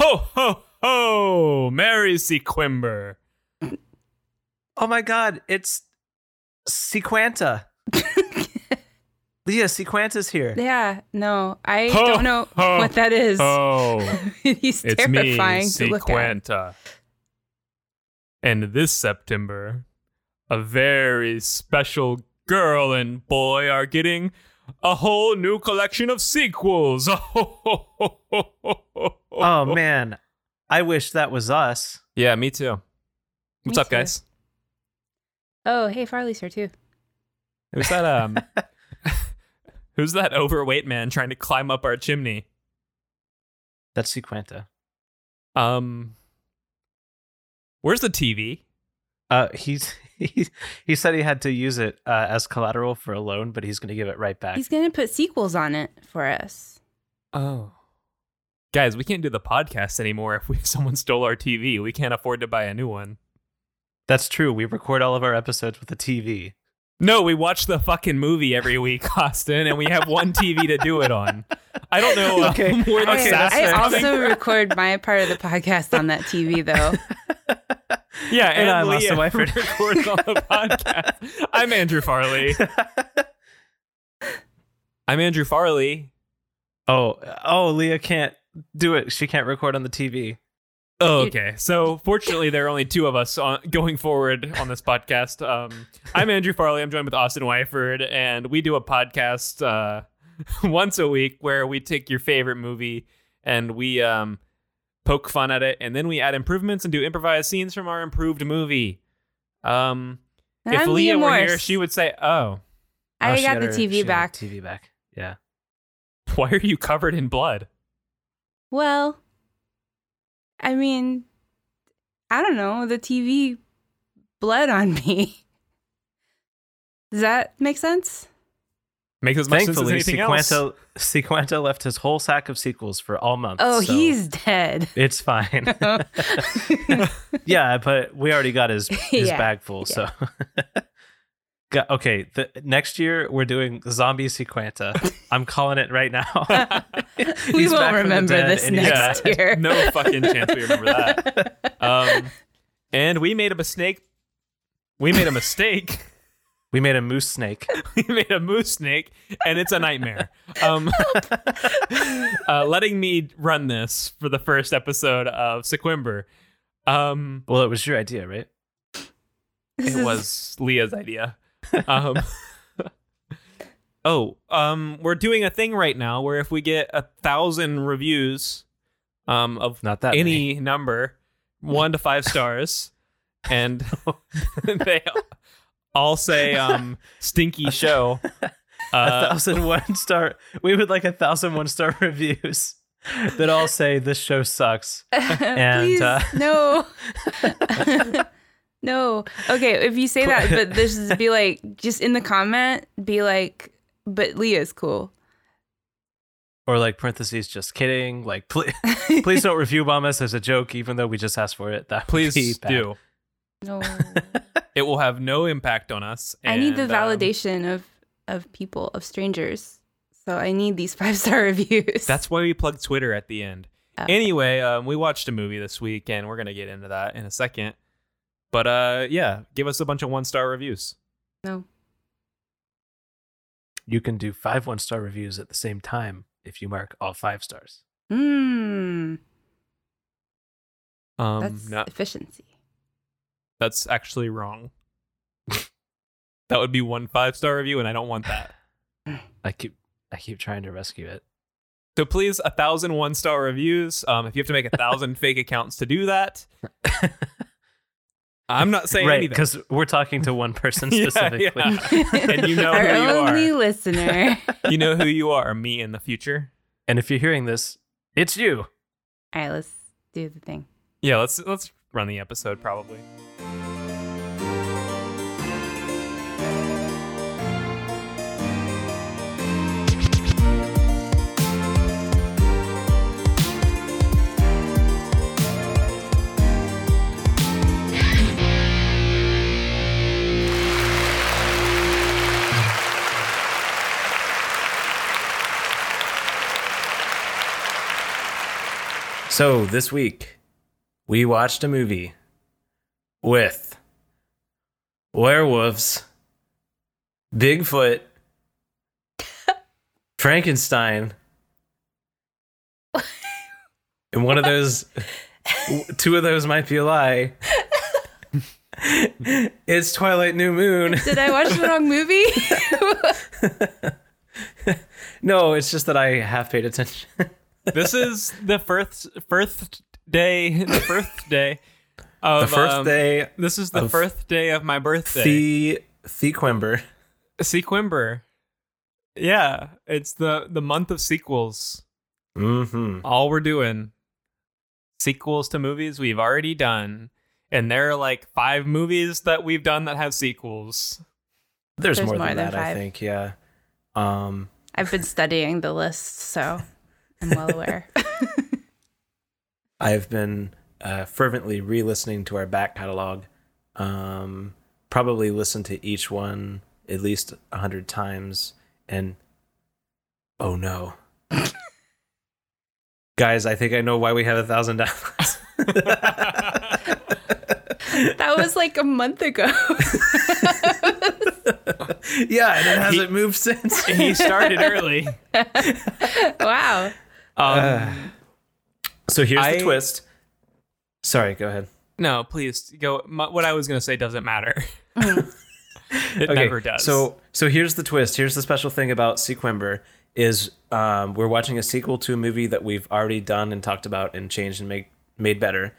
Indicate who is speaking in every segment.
Speaker 1: Ho ho ho! Merry Sequimber.
Speaker 2: Oh my god, it's Sequanta. Leah, Sequanta's here.
Speaker 3: Yeah, no, I
Speaker 1: Ho,
Speaker 3: don't know
Speaker 1: ho,
Speaker 3: what that is.
Speaker 1: Oh,
Speaker 3: He's
Speaker 1: it's me,
Speaker 3: terrifying to look at.
Speaker 1: Sequanta. And this September, a very special girl and boy are getting a whole new collection of sequels.
Speaker 2: Oh
Speaker 3: Um,
Speaker 2: man, I wish that was us.
Speaker 1: Yeah, me too. What's
Speaker 3: Me
Speaker 1: up,
Speaker 3: too.
Speaker 1: guys?
Speaker 3: Oh, hey, Farley's here too.
Speaker 1: Who's that? Um, who's that overweight man trying to climb up our chimney?
Speaker 2: That's Sequanta.
Speaker 1: Um, where's the TV?
Speaker 2: Uh, he's he he said he had to use it uh, as collateral for a loan, but he's going to give it right back.
Speaker 3: He's gonna put sequels on it for us.
Speaker 1: Oh, guys, we can't do the podcast anymore. If we, someone stole our TV, we can't afford to buy a new one.
Speaker 2: That's true. We record all of our episodes with a TV.
Speaker 1: No, we watch the fucking movie every week, Austin, and we have one TV to do it on. I don't know. um,
Speaker 2: Okay.
Speaker 1: where the
Speaker 3: I,
Speaker 1: stats
Speaker 3: I
Speaker 1: are coming
Speaker 3: also
Speaker 1: from.
Speaker 3: record my part of the podcast on that TV though.
Speaker 1: yeah,
Speaker 2: and
Speaker 1: and,
Speaker 2: I lost
Speaker 1: Leah
Speaker 2: a wife.
Speaker 1: records on the podcast. I'm Andrew Farley. I'm Andrew Farley.
Speaker 2: Oh, oh, Leah can't do it. She can't record on the TV.
Speaker 1: Oh, okay. So fortunately, there are only two of us on, going forward on this podcast. Um, I'm Andrew Farley. I'm joined with Austin Wyford, and we do a podcast uh, once a week where we take your favorite movie and we um, poke fun at it, and then we add improvements and do improvised scenes from our improved movie. Um,
Speaker 3: And
Speaker 1: if
Speaker 3: I'm
Speaker 1: Leah
Speaker 3: Leah
Speaker 1: were
Speaker 3: Morse.
Speaker 1: here, she would say, "Oh,
Speaker 2: Oh,
Speaker 3: I
Speaker 2: she
Speaker 3: got the
Speaker 2: her-
Speaker 3: TV
Speaker 2: she got her
Speaker 3: back.
Speaker 2: TV back. Yeah.
Speaker 1: why are you covered in blood?"
Speaker 3: Well, I mean, I don't know. The TV bled on me. Does that make sense?
Speaker 1: Makes as much
Speaker 2: Thankfully,
Speaker 1: sense as anything else.
Speaker 2: Sequanta, Sequanta left his whole sack of sequels for all months.
Speaker 3: Oh,
Speaker 2: so
Speaker 3: he's dead.
Speaker 2: It's fine. yeah, but we already got his his
Speaker 3: Yeah,
Speaker 2: bag full. So, Got- okay. The, next year we're doing zombie sequanta. I'm calling it right now.
Speaker 3: we
Speaker 2: He's back from the
Speaker 3: won't remember
Speaker 2: dead
Speaker 3: this
Speaker 2: and he's
Speaker 3: next
Speaker 2: dead.
Speaker 3: year.
Speaker 1: no fucking chance we remember that. Um, and we made a mistake. We made a mistake.
Speaker 2: We made a moose snake.
Speaker 1: we made a moose snake, and it's a nightmare. Um, uh, letting me run this for the first episode of Sequimber. Um,
Speaker 2: Well, it was your idea, right?
Speaker 3: This
Speaker 1: it
Speaker 3: is-
Speaker 1: was Leah's idea. Um, oh, um, we're doing a thing right now where if we get a thousand reviews um, of
Speaker 2: Not that many.
Speaker 1: any number, one to five stars, and they all say um, "stinky show."
Speaker 2: a
Speaker 1: Uh,
Speaker 2: thousand one star. We would like a thousand one star reviews that all say this show sucks. and,
Speaker 3: Please,
Speaker 2: uh,
Speaker 3: no. no. Okay, if you say that, but this is be like, just in the comment, be like, but Leah's cool.
Speaker 2: Or like parentheses, just kidding. Like please, please don't review bomb us as a joke, even though we just asked for it. That would be
Speaker 1: please
Speaker 2: bad.
Speaker 1: do.
Speaker 3: No.
Speaker 1: It will have no impact on us.
Speaker 3: I need the
Speaker 1: and, um,
Speaker 3: validation of of people, of strangers. So I need these five star reviews.
Speaker 1: That's why we plug Twitter at the end.
Speaker 3: Uh,
Speaker 1: Anyway, um, we watched a movie this week, and we're gonna get into that in a second. But uh, yeah, give us a bunch of one star reviews.
Speaker 3: no.
Speaker 2: You can do five one star reviews at the same time if you mark all five stars.
Speaker 3: Mm,
Speaker 1: Um,
Speaker 3: that's
Speaker 1: no,
Speaker 3: efficiency.
Speaker 1: that's actually wrong. that would be one five star review, and I don't want that.
Speaker 2: I keep I keep trying to rescue it.
Speaker 1: So please, a thousand one star reviews. Um, if you have to make a thousand fake accounts to do that, I'm not saying
Speaker 2: right,
Speaker 1: anything.
Speaker 2: because we're talking to one person
Speaker 1: Yeah,
Speaker 2: specifically.
Speaker 1: yeah. And you know
Speaker 3: Our
Speaker 1: who you
Speaker 3: only
Speaker 1: are.
Speaker 3: listener.
Speaker 1: You know who you are, me in the future.
Speaker 2: And if you're hearing this, it's you.
Speaker 3: All right, let's do the thing.
Speaker 1: Yeah, let's let's run the episode probably.
Speaker 2: So this week, we watched a movie with werewolves, Bigfoot, Frankenstein, and one of those, two of those might be a lie. it's Twilight New Moon.
Speaker 3: Did I watch the wrong movie?
Speaker 2: No, it's just that I have paid attention.
Speaker 1: This is the first first day, the first day
Speaker 2: The
Speaker 1: of
Speaker 2: first
Speaker 1: um,
Speaker 2: day,
Speaker 1: This is the
Speaker 2: of
Speaker 1: first day of my birthday.
Speaker 2: the Thequember.
Speaker 1: Sequember. Yeah, it's the the month of sequels.
Speaker 2: Mm-hmm.
Speaker 1: all we're doing sequels to movies we've already done and there are like five movies that we've done that have sequels
Speaker 2: There's,
Speaker 3: There's
Speaker 2: more,
Speaker 3: more
Speaker 2: than,
Speaker 3: than
Speaker 2: that, I
Speaker 3: five.
Speaker 2: think. Yeah. Um,
Speaker 3: I've been studying the list, so I'm well aware.
Speaker 2: I've been uh, fervently re-listening to our back catalog. Um, probably listened to each one at least a hundred times. And oh no, guys, I think I know why we have a thousand dollars.
Speaker 3: that was like a month ago.
Speaker 2: Yeah, and it hasn't moved since.
Speaker 1: he started early um,
Speaker 3: wow.
Speaker 2: So here's
Speaker 1: I-
Speaker 2: the twist. Sorry, go ahead.
Speaker 1: no please go my, what i was going to say doesn't matter it never does
Speaker 2: So so here's the twist. Here's the special thing about Sequember is um, we're watching a sequel to a movie that we've already done and talked about and changed and make made better.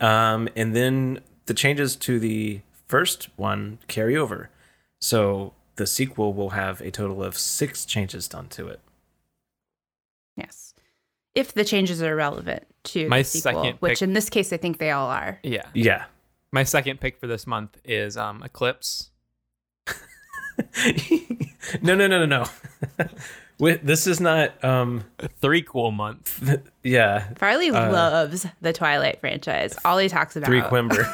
Speaker 2: Um, and then the changes to the first one carry over. So the sequel will have a total of six changes done to it.
Speaker 3: Yes. If the changes are relevant to
Speaker 1: My
Speaker 3: the sequel,
Speaker 1: second
Speaker 3: which
Speaker 1: pick-
Speaker 3: in this case I think they all are.
Speaker 1: yeah
Speaker 2: Yeah.
Speaker 1: my second pick for this month is um eclipse
Speaker 2: no, no, no, no, no. Wi- this is not. Um,
Speaker 1: three cool month
Speaker 2: yeah,
Speaker 3: Farley
Speaker 1: Uh,
Speaker 3: loves the Twilight franchise. All he talks about
Speaker 2: three Quimber.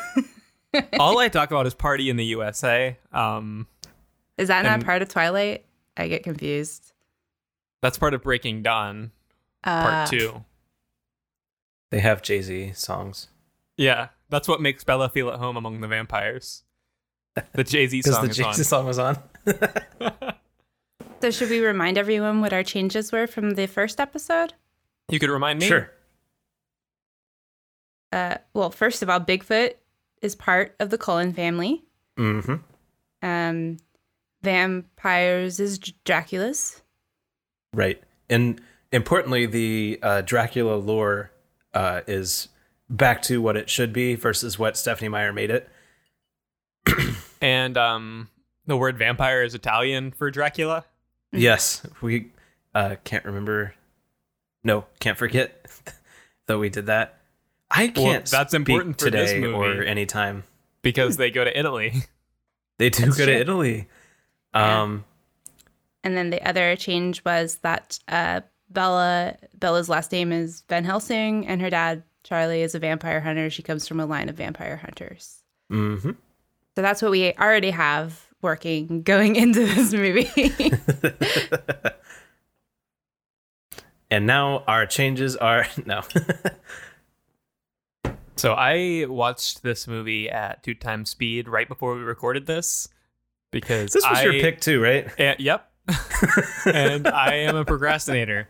Speaker 1: all i talk about is party in the usa um
Speaker 3: is that not
Speaker 1: and-
Speaker 3: part of Twilight? I get confused.
Speaker 1: that's part of breaking dawn
Speaker 3: Uh,
Speaker 1: part two
Speaker 2: they have Jay Z songs.
Speaker 1: Yeah, that's what makes Bella feel at home among the vampires. The Jay Z
Speaker 2: Because
Speaker 1: song
Speaker 2: the
Speaker 1: is
Speaker 2: Jay Z song was on.
Speaker 3: So should we remind everyone what our changes were from the first episode?
Speaker 1: on. You could remind me.
Speaker 2: Sure.
Speaker 3: Uh, well, first of all, Bigfoot is part of the Cullen family.
Speaker 2: Mm-hmm.
Speaker 3: Um, vampires is Dr- Dracula's.
Speaker 2: Right. And importantly, the uh, Dracula lore uh, is back to what it should be versus what Stephanie Meyer made it.
Speaker 1: And um, the word vampire is Italian for Dracula.
Speaker 2: Yes, we uh, can't remember. No, can't forget that we did that. I can't.
Speaker 1: that's
Speaker 2: speak
Speaker 1: important for this
Speaker 2: today or
Speaker 1: movie.
Speaker 2: anytime.
Speaker 1: Because they go to Italy.
Speaker 2: They do
Speaker 3: That's
Speaker 2: go to
Speaker 3: true.
Speaker 2: Italy.
Speaker 3: Yeah.
Speaker 2: Um,
Speaker 3: And then the other change was that uh, Bella Bella's last name is Van Helsing, and her dad Charlie is a vampire hunter. She comes from a line of vampire hunters.
Speaker 2: mhm.
Speaker 3: So that's what we already have working going into this movie.
Speaker 2: And now our changes are no.
Speaker 1: So I watched this movie at two times speed right before we recorded this. Because
Speaker 2: this was
Speaker 1: I,
Speaker 2: your pick too, right?
Speaker 1: eh, yep. and I am a procrastinator.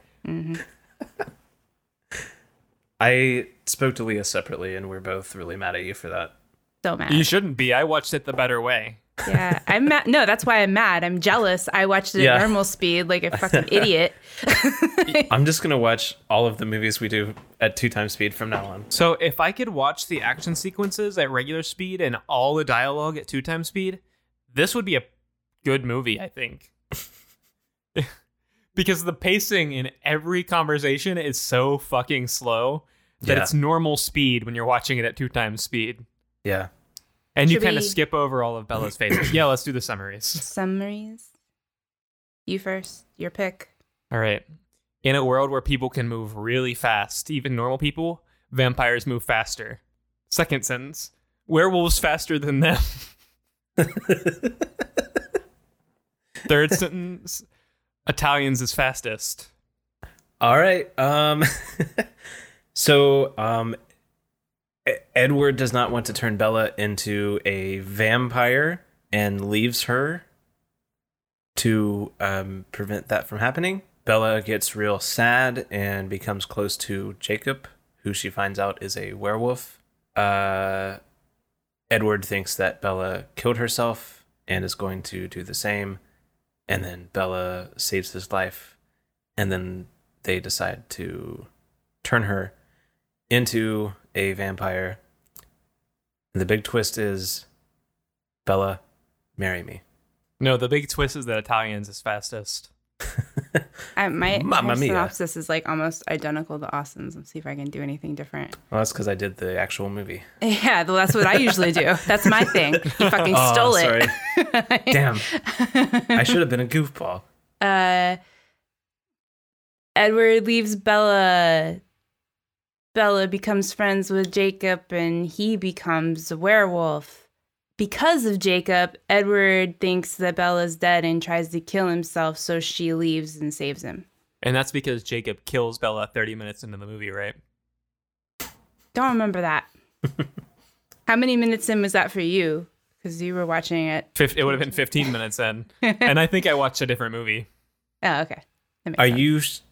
Speaker 2: I spoke to Leah separately, and we're both really mad at you for that.
Speaker 3: so mad.
Speaker 1: You shouldn't be. I watched it the better way.
Speaker 3: Yeah, I'm mad. No, that's why I'm mad. I'm jealous. I watched it
Speaker 2: Yeah.
Speaker 3: at normal speed like a fucking idiot.
Speaker 2: I'm just gonna watch all of the movies we do at two times speed from now on.
Speaker 1: So if I could watch the action sequences at regular speed and all the dialogue at two times speed, this would be a good movie, I think. because the pacing in every conversation is so fucking slow that
Speaker 2: Yeah.
Speaker 1: it's normal speed when you're watching it at two times speed.
Speaker 2: Yeah.
Speaker 1: And you
Speaker 3: Should
Speaker 1: kind of
Speaker 3: we-
Speaker 1: skip over all of Bella's faces. yeah, let's do the summaries.
Speaker 3: Summaries. You first. Your pick.
Speaker 1: All right. In a world where people can move really fast, even normal people, vampires move faster. Second sentence. Werewolves faster than them. Third sentence. Italians is fastest.
Speaker 2: All right. Um. So, um, E- Edward does not want to turn Bella into a vampire and leaves her to um, prevent that from happening. Bella gets real sad and becomes close to Jacob, who she finds out is a werewolf. Uh, Edward thinks that Bella killed herself and is going to do the same. And then Bella saves his life. And then they decide to turn her into a vampire. And the big twist is Bella, marry me.
Speaker 1: No, the big twist is that Italians is fastest.
Speaker 3: I, my
Speaker 2: Mamma
Speaker 3: my
Speaker 2: mia.
Speaker 3: synopsis is like almost identical to Austin's. Let's see if I can do anything different.
Speaker 2: Well, that's because I did the actual movie.
Speaker 3: Yeah, well, that's what I usually do. That's my thing. You fucking
Speaker 2: Oh,
Speaker 3: stole it.
Speaker 2: sorry. Damn. I should have been a goofball.
Speaker 3: uh Edward leaves Bella. Bella becomes friends with Jacob and he becomes a werewolf. Because of Jacob, Edward thinks that Bella's dead and tries to kill himself, so she leaves and saves him.
Speaker 1: And that's because Jacob kills Bella 30 minutes into the movie, right?
Speaker 3: Don't remember that. How many minutes in was that for you? Because you were watching it.
Speaker 1: Fif- it would have been 15 minutes in. And I think I watched a different movie.
Speaker 3: Oh, okay. That makes
Speaker 2: Are
Speaker 3: sense.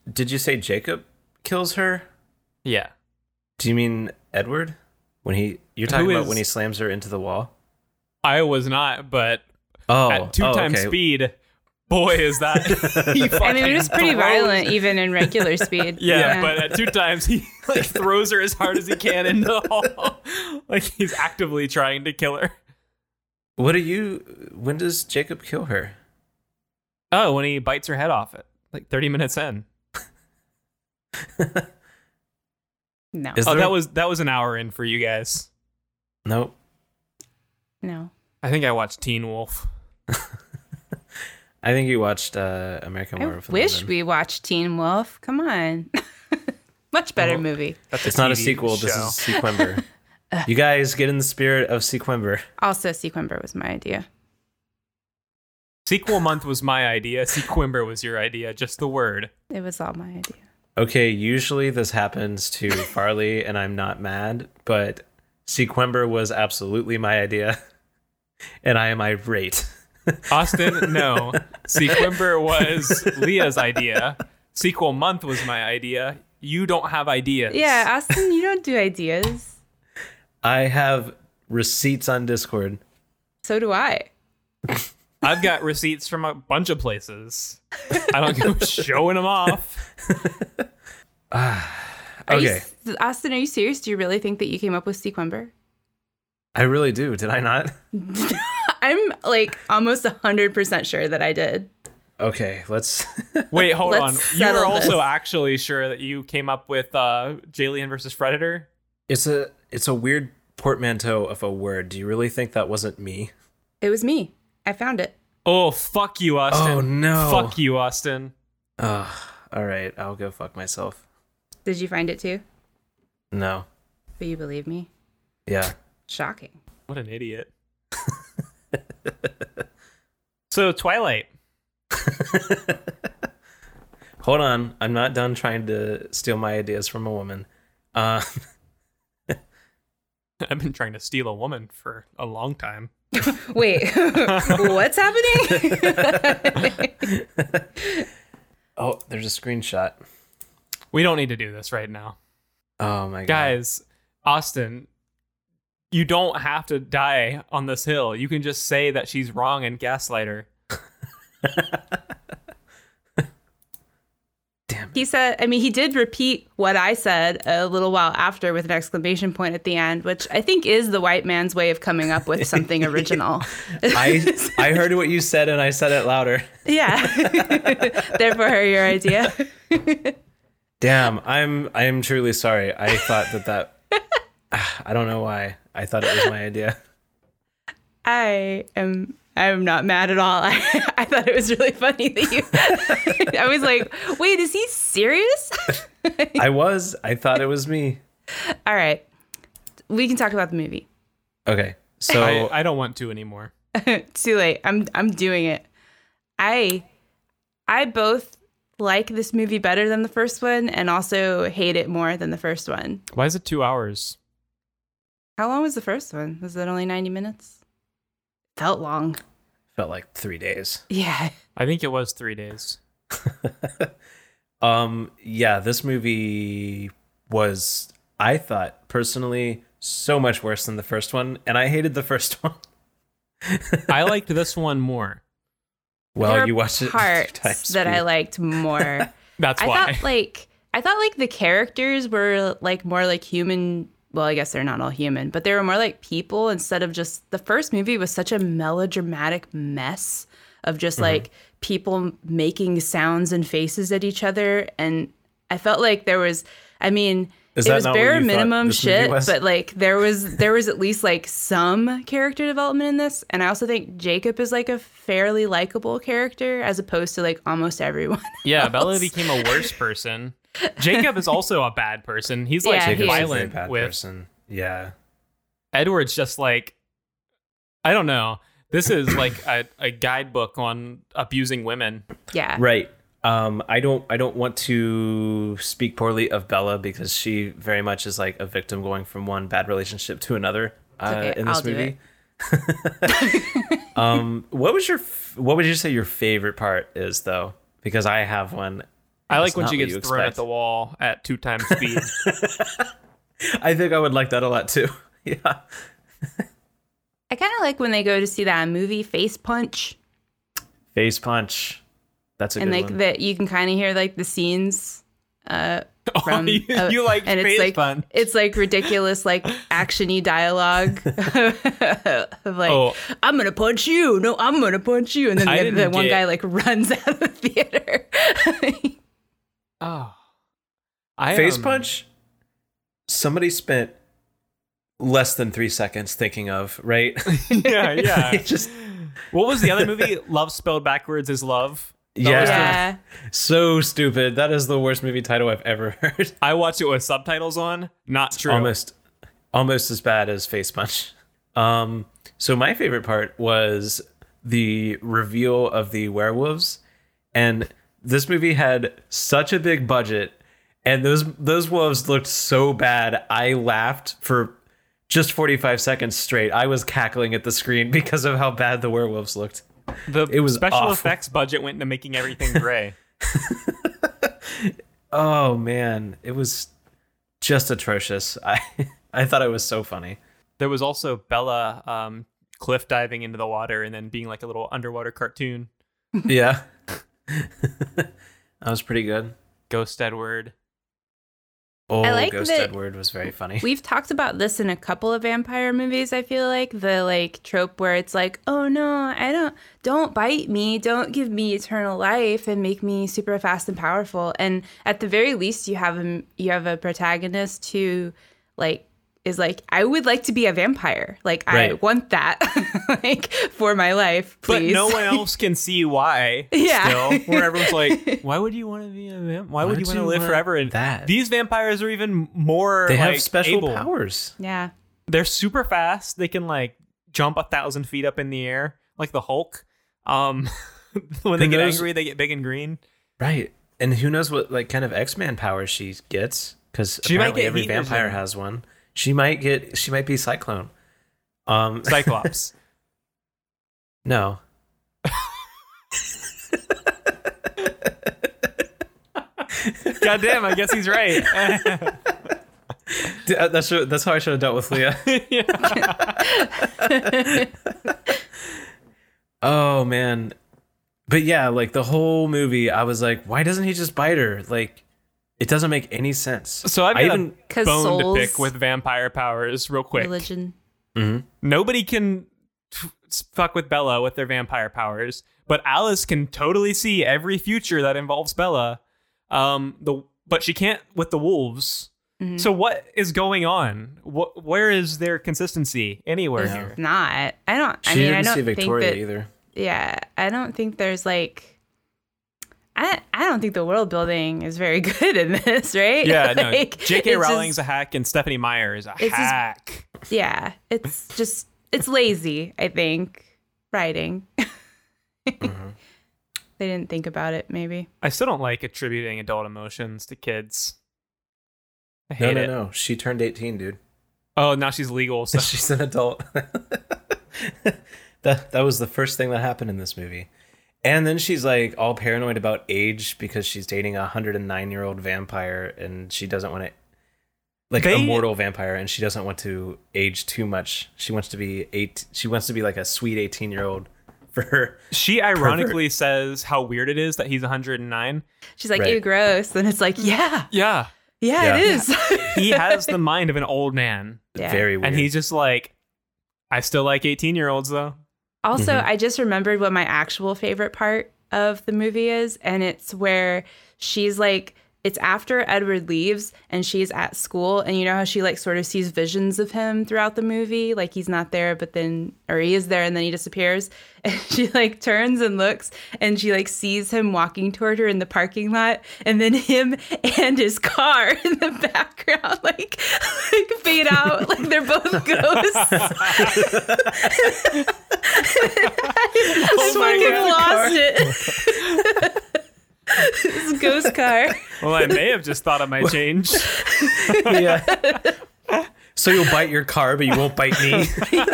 Speaker 2: you. Did you say Jacob kills her?
Speaker 1: Yeah.
Speaker 2: Do you mean Edward? When he. You're talking
Speaker 1: Who
Speaker 2: about
Speaker 1: is-
Speaker 2: when he slams her into the wall?
Speaker 1: I was not, but
Speaker 2: Oh.
Speaker 1: at two
Speaker 2: oh,
Speaker 1: times
Speaker 2: okay.
Speaker 1: speed, boy, is that. he
Speaker 3: I mean,
Speaker 1: fucking
Speaker 3: it was pretty
Speaker 1: throws-
Speaker 3: violent even in regular speed.
Speaker 1: Yeah,
Speaker 2: Yeah.
Speaker 1: but at two times he like throws her as hard as he can into the hall, like he's actively trying to kill her.
Speaker 2: What are you. When does Jacob kill her?
Speaker 1: Oh, when he bites her head off at like 30 minutes in.
Speaker 3: No.
Speaker 2: Is
Speaker 1: oh,
Speaker 2: there-
Speaker 1: that was that was an hour in for you guys.
Speaker 2: Nope.
Speaker 3: no.
Speaker 1: I think I watched Teen Wolf.
Speaker 2: I think you watched uh, American
Speaker 3: I
Speaker 2: Werewolf. in
Speaker 3: wish
Speaker 2: London.
Speaker 3: we watched Teen Wolf. Come on. Much better
Speaker 1: Well,
Speaker 3: movie.
Speaker 1: That's
Speaker 2: It's not a
Speaker 1: TV
Speaker 2: sequel. This
Speaker 1: show.
Speaker 2: is Sequember. you guys get in the spirit of Sequember.
Speaker 3: Also, Sequember was my idea.
Speaker 1: sequel month was my idea. Sequimber was your idea. Just the word.
Speaker 3: It was all my idea.
Speaker 2: Okay, usually this happens to Farley, and I'm not mad, but Sequember was absolutely my idea, and I am irate.
Speaker 1: Austin, no. Sequimber was Leah's idea. Sequel month was my idea. You don't have ideas.
Speaker 3: Yeah, Austin, you don't do ideas.
Speaker 2: I have receipts on Discord.
Speaker 3: So do I.
Speaker 1: I've got receipts from a bunch of places. I don't go showing them off.
Speaker 3: Are you
Speaker 2: Okay.
Speaker 3: s- Austin, are you serious? Do you really think that you came up with Sequember?
Speaker 2: I really do. Did I not?
Speaker 3: I'm like almost 100% sure that I did.
Speaker 2: Okay, let's.
Speaker 1: Wait, hold
Speaker 3: Let's
Speaker 1: on. You were
Speaker 3: settle
Speaker 1: also
Speaker 3: this.
Speaker 1: actually sure that you came up with uh, Jalen versus Predator.
Speaker 2: it's a it's a weird portmanteau of a word. Do you really think that wasn't me?
Speaker 3: It was me. I found it.
Speaker 1: Oh, fuck you, Austin.
Speaker 2: Oh, no.
Speaker 1: Fuck you, Austin.
Speaker 2: Ugh. All right, I'll go fuck myself.
Speaker 3: Did you find it too?
Speaker 2: No.
Speaker 3: But you believe me?
Speaker 2: Yeah.
Speaker 3: Shocking.
Speaker 1: What an idiot. so, Twilight.
Speaker 2: Hold on, I'm not done trying to steal my ideas from a woman. Uh,
Speaker 1: I've been trying to steal a woman for a long time.
Speaker 3: Wait, what's happening?
Speaker 2: oh, there's a screenshot.
Speaker 1: We don't need to do this right now.
Speaker 2: Oh my god,
Speaker 1: Guys, Austin, you don't have to die on this hill. You can just say that she's wrong and gaslight her.
Speaker 2: damn! It.
Speaker 3: He said, I mean, he did repeat what I said a little while after with an exclamation point at the end, which I think is the white man's way of coming up with something original.
Speaker 2: I I heard what you said and I said it louder.
Speaker 3: yeah. Therefore, your idea.
Speaker 2: Damn, I'm I am truly sorry. I thought that that ah, I don't know why I thought it was my idea.
Speaker 3: I am. I'm not mad at all. I, I thought it was really funny that you. I was like, wait, is he serious?
Speaker 2: I was. I thought it was me.
Speaker 3: all right. We can talk about the movie.
Speaker 2: Okay, so
Speaker 1: I, I don't want to anymore.
Speaker 3: too late. I'm I'm doing it. I I both like this movie better than the first one and also hate it more than the first one.
Speaker 1: Why is it two hours?
Speaker 3: How long was the first one? Was it only 90 minutes? Felt long.
Speaker 2: Felt like three days.
Speaker 3: Yeah.
Speaker 1: I think it was three days.
Speaker 2: um, yeah, this movie was, I thought personally, so much worse than the first one, and I hated the first one.
Speaker 1: I liked this one more.
Speaker 2: Well,
Speaker 3: There are
Speaker 2: you watched it
Speaker 3: parts
Speaker 2: three times.
Speaker 3: that I
Speaker 2: Pete.
Speaker 3: liked more.
Speaker 1: That's
Speaker 3: I
Speaker 1: why.
Speaker 3: thought like I thought like the characters were like more like human. Well, I guess they're not all human, but they were more like people instead of just the first movie was such a melodramatic mess of
Speaker 2: Mm-hmm.
Speaker 3: just like people making sounds and faces at each other, and I felt like there was. I mean,
Speaker 2: Is
Speaker 3: it
Speaker 2: that
Speaker 3: was
Speaker 2: not what you
Speaker 3: bare
Speaker 2: thought
Speaker 3: minimum
Speaker 2: this movie
Speaker 3: shit,
Speaker 2: was?
Speaker 3: but like there was there was at least like some character development in this, and I also think Jacob is like a fairly likable character as opposed to like almost everyone.
Speaker 1: yeah, Bella became a worse person. Jacob is also a bad person. He's like
Speaker 3: Yeah, he
Speaker 2: Jacob's
Speaker 3: is.
Speaker 2: a very
Speaker 1: violent
Speaker 2: bad
Speaker 1: with
Speaker 2: person. Yeah.
Speaker 1: Edward's just like I don't know. This is like a, a guidebook on abusing women.
Speaker 3: yeah,
Speaker 2: Right. Um, I don't. I don't want to speak poorly of Bella because she very much is like a victim going from one bad relationship to another uh,
Speaker 3: okay.
Speaker 2: in this
Speaker 3: I'll do
Speaker 2: movie. um, what was your? f- What would you say your favorite part is though? Because I have one.
Speaker 1: I
Speaker 2: That's
Speaker 1: like when
Speaker 2: not
Speaker 1: she
Speaker 2: what
Speaker 1: gets
Speaker 2: you
Speaker 1: thrown at
Speaker 2: expect.
Speaker 1: the wall at two times speed.
Speaker 2: I think I would like that a lot too. yeah.
Speaker 3: I kind of like when they go to see that movie Face Punch,
Speaker 2: Face punch. That's a
Speaker 3: and
Speaker 2: good
Speaker 3: like
Speaker 2: one.
Speaker 3: that you can kind of hear like the scenes uh,
Speaker 1: Oh,
Speaker 3: from.
Speaker 1: you,
Speaker 3: uh,
Speaker 1: you like
Speaker 3: and
Speaker 1: face
Speaker 3: it's like
Speaker 1: fun.
Speaker 3: it's like ridiculous like actiony dialogue of like
Speaker 1: Oh.
Speaker 3: I'm gonna punch you, no I'm gonna punch you, and then
Speaker 1: I
Speaker 3: the, the
Speaker 1: didn't
Speaker 3: one
Speaker 1: get-
Speaker 3: guy like runs out of the theater.
Speaker 1: Oh. I,
Speaker 2: Face
Speaker 1: um,
Speaker 2: punch. Somebody spent less than three seconds thinking of right.
Speaker 1: Yeah, yeah.
Speaker 2: It just
Speaker 1: what was the other movie? Love spelled backwards is love.
Speaker 2: yeah.
Speaker 3: yeah,
Speaker 2: So stupid. That is the worst movie title I've ever heard.
Speaker 1: I watched it with subtitles on. Not true.
Speaker 2: Almost almost as bad as Face Punch. Um so my favorite part was the reveal of the werewolves and this movie had such a big budget and those those wolves looked so bad. I laughed for just 45 seconds straight. I was cackling at the screen because of how bad the werewolves looked.
Speaker 1: The
Speaker 2: It was
Speaker 1: special
Speaker 2: awful.
Speaker 1: effects budget went into making everything gray.
Speaker 2: Oh man, it was just atrocious. I I thought it was so funny.
Speaker 1: there was also Bella um, cliff diving into the water and then being like a little underwater cartoon.
Speaker 2: Yeah. that was pretty good.
Speaker 1: Ghost Edward.
Speaker 2: Oh,
Speaker 3: like
Speaker 2: Ghost
Speaker 3: that-
Speaker 2: Edward was very funny.
Speaker 3: We've talked about this in a couple of vampire movies, I feel like. The like trope where it's like, oh no, I don't don't bite me, don't give me eternal life and make me super fast and powerful. And at the very least you have a you have a protagonist who like is like, I would like to be a vampire. Like I
Speaker 2: Right.
Speaker 3: want that like for my life,
Speaker 1: But
Speaker 3: please.
Speaker 1: no one else can see why.
Speaker 3: Yeah.
Speaker 1: Still, where everyone's like, why would you want to be a vamp? Why, would
Speaker 2: Why'd
Speaker 1: you want to
Speaker 2: you
Speaker 1: live
Speaker 2: want
Speaker 1: forever? And
Speaker 2: that?
Speaker 1: these vampires are even more.
Speaker 2: They have
Speaker 1: like,
Speaker 2: special
Speaker 1: able.
Speaker 2: powers.
Speaker 3: yeah.
Speaker 1: They're super fast. They can like jump a thousand feet up in the air, like the Hulk. Um, when they
Speaker 2: Then
Speaker 1: get
Speaker 2: those-
Speaker 1: angry, they get big and green.
Speaker 2: Right. And who knows what like kind of X-Man powers she gets cuz
Speaker 1: She might
Speaker 2: apparently
Speaker 1: get
Speaker 2: every
Speaker 1: heat
Speaker 2: vampire
Speaker 1: vision.
Speaker 2: has one. She might get she might be Cyclone. Um
Speaker 1: Cyclops.
Speaker 2: no.
Speaker 1: God damn, I guess he's right.
Speaker 2: D- uh, That's that's how I should have dealt with Leah.
Speaker 1: Yeah.
Speaker 2: Oh man. But yeah, like the whole movie, I was like, why doesn't he just bite her? Like, it doesn't make any sense.
Speaker 1: So I've
Speaker 2: I
Speaker 1: got a
Speaker 2: even
Speaker 3: Cause
Speaker 1: bone
Speaker 3: souls
Speaker 1: to pick with vampire powers real quick.
Speaker 3: religion.
Speaker 1: Nobody can f- fuck with Bella with their vampire powers, but Alice can totally see every future that involves Bella. Um, the but she can't with the wolves.
Speaker 3: Mm-hmm.
Speaker 1: So what is going on? What where is their consistency anywhere
Speaker 3: It's
Speaker 1: here?
Speaker 3: not. I don't I
Speaker 2: she
Speaker 3: mean
Speaker 2: didn't
Speaker 3: I don't
Speaker 2: see Victoria
Speaker 3: think that,
Speaker 2: either.
Speaker 3: yeah i don't think there's like i i don't think the world building is very good in this right
Speaker 1: Yeah, no.
Speaker 3: Like,
Speaker 1: J.K.
Speaker 3: it's
Speaker 1: Rowling's a
Speaker 3: just,
Speaker 1: hack and Stephanie Meyer is a
Speaker 3: just-
Speaker 1: hack.
Speaker 3: yeah it's just it's lazy i think writing They didn't think about it, maybe.
Speaker 1: I still don't like attributing adult emotions to kids. I
Speaker 2: No,
Speaker 1: hate
Speaker 2: no,
Speaker 1: it.
Speaker 2: no. She turned 18, dude.
Speaker 1: Oh, now she's legal. So
Speaker 2: She's an adult. that that was the first thing that happened in this movie. And then she's like all paranoid about age because she's dating a 109-year-old vampire and she doesn't want to like a
Speaker 1: They-
Speaker 2: mortal vampire and she doesn't want to age too much. She wants to be eight she wants to be like a sweet 18-year-old for her.
Speaker 1: she ironically says how weird it is that he's 109.
Speaker 3: She's like,
Speaker 2: Right.
Speaker 3: "Ew, gross," and it's like, "Yeah,
Speaker 1: Yeah.
Speaker 3: yeah, it
Speaker 2: Yeah.
Speaker 3: is."
Speaker 1: He has the mind of an old man.
Speaker 3: Yeah.
Speaker 2: Very weird.
Speaker 1: And he's just like, I still like 18 year olds though.
Speaker 3: Also, I just remembered what my actual favorite part of the movie is, and it's where she's like, it's after Edward leaves and she's at school, and you know how she like sort of sees visions of him throughout the movie, like he's not there, but then or he is there and then he disappears, and she like turns and looks, and she like sees him walking toward her in the parking lot, and then him and his car in the background like like fade out, like they're both ghosts. I
Speaker 1: Oh my
Speaker 3: fucking
Speaker 1: God.
Speaker 3: lost it. this ghost car.
Speaker 1: Well, I may have just thought of my change.
Speaker 2: yeah. So you'll bite your car but you won't bite me.
Speaker 3: yeah,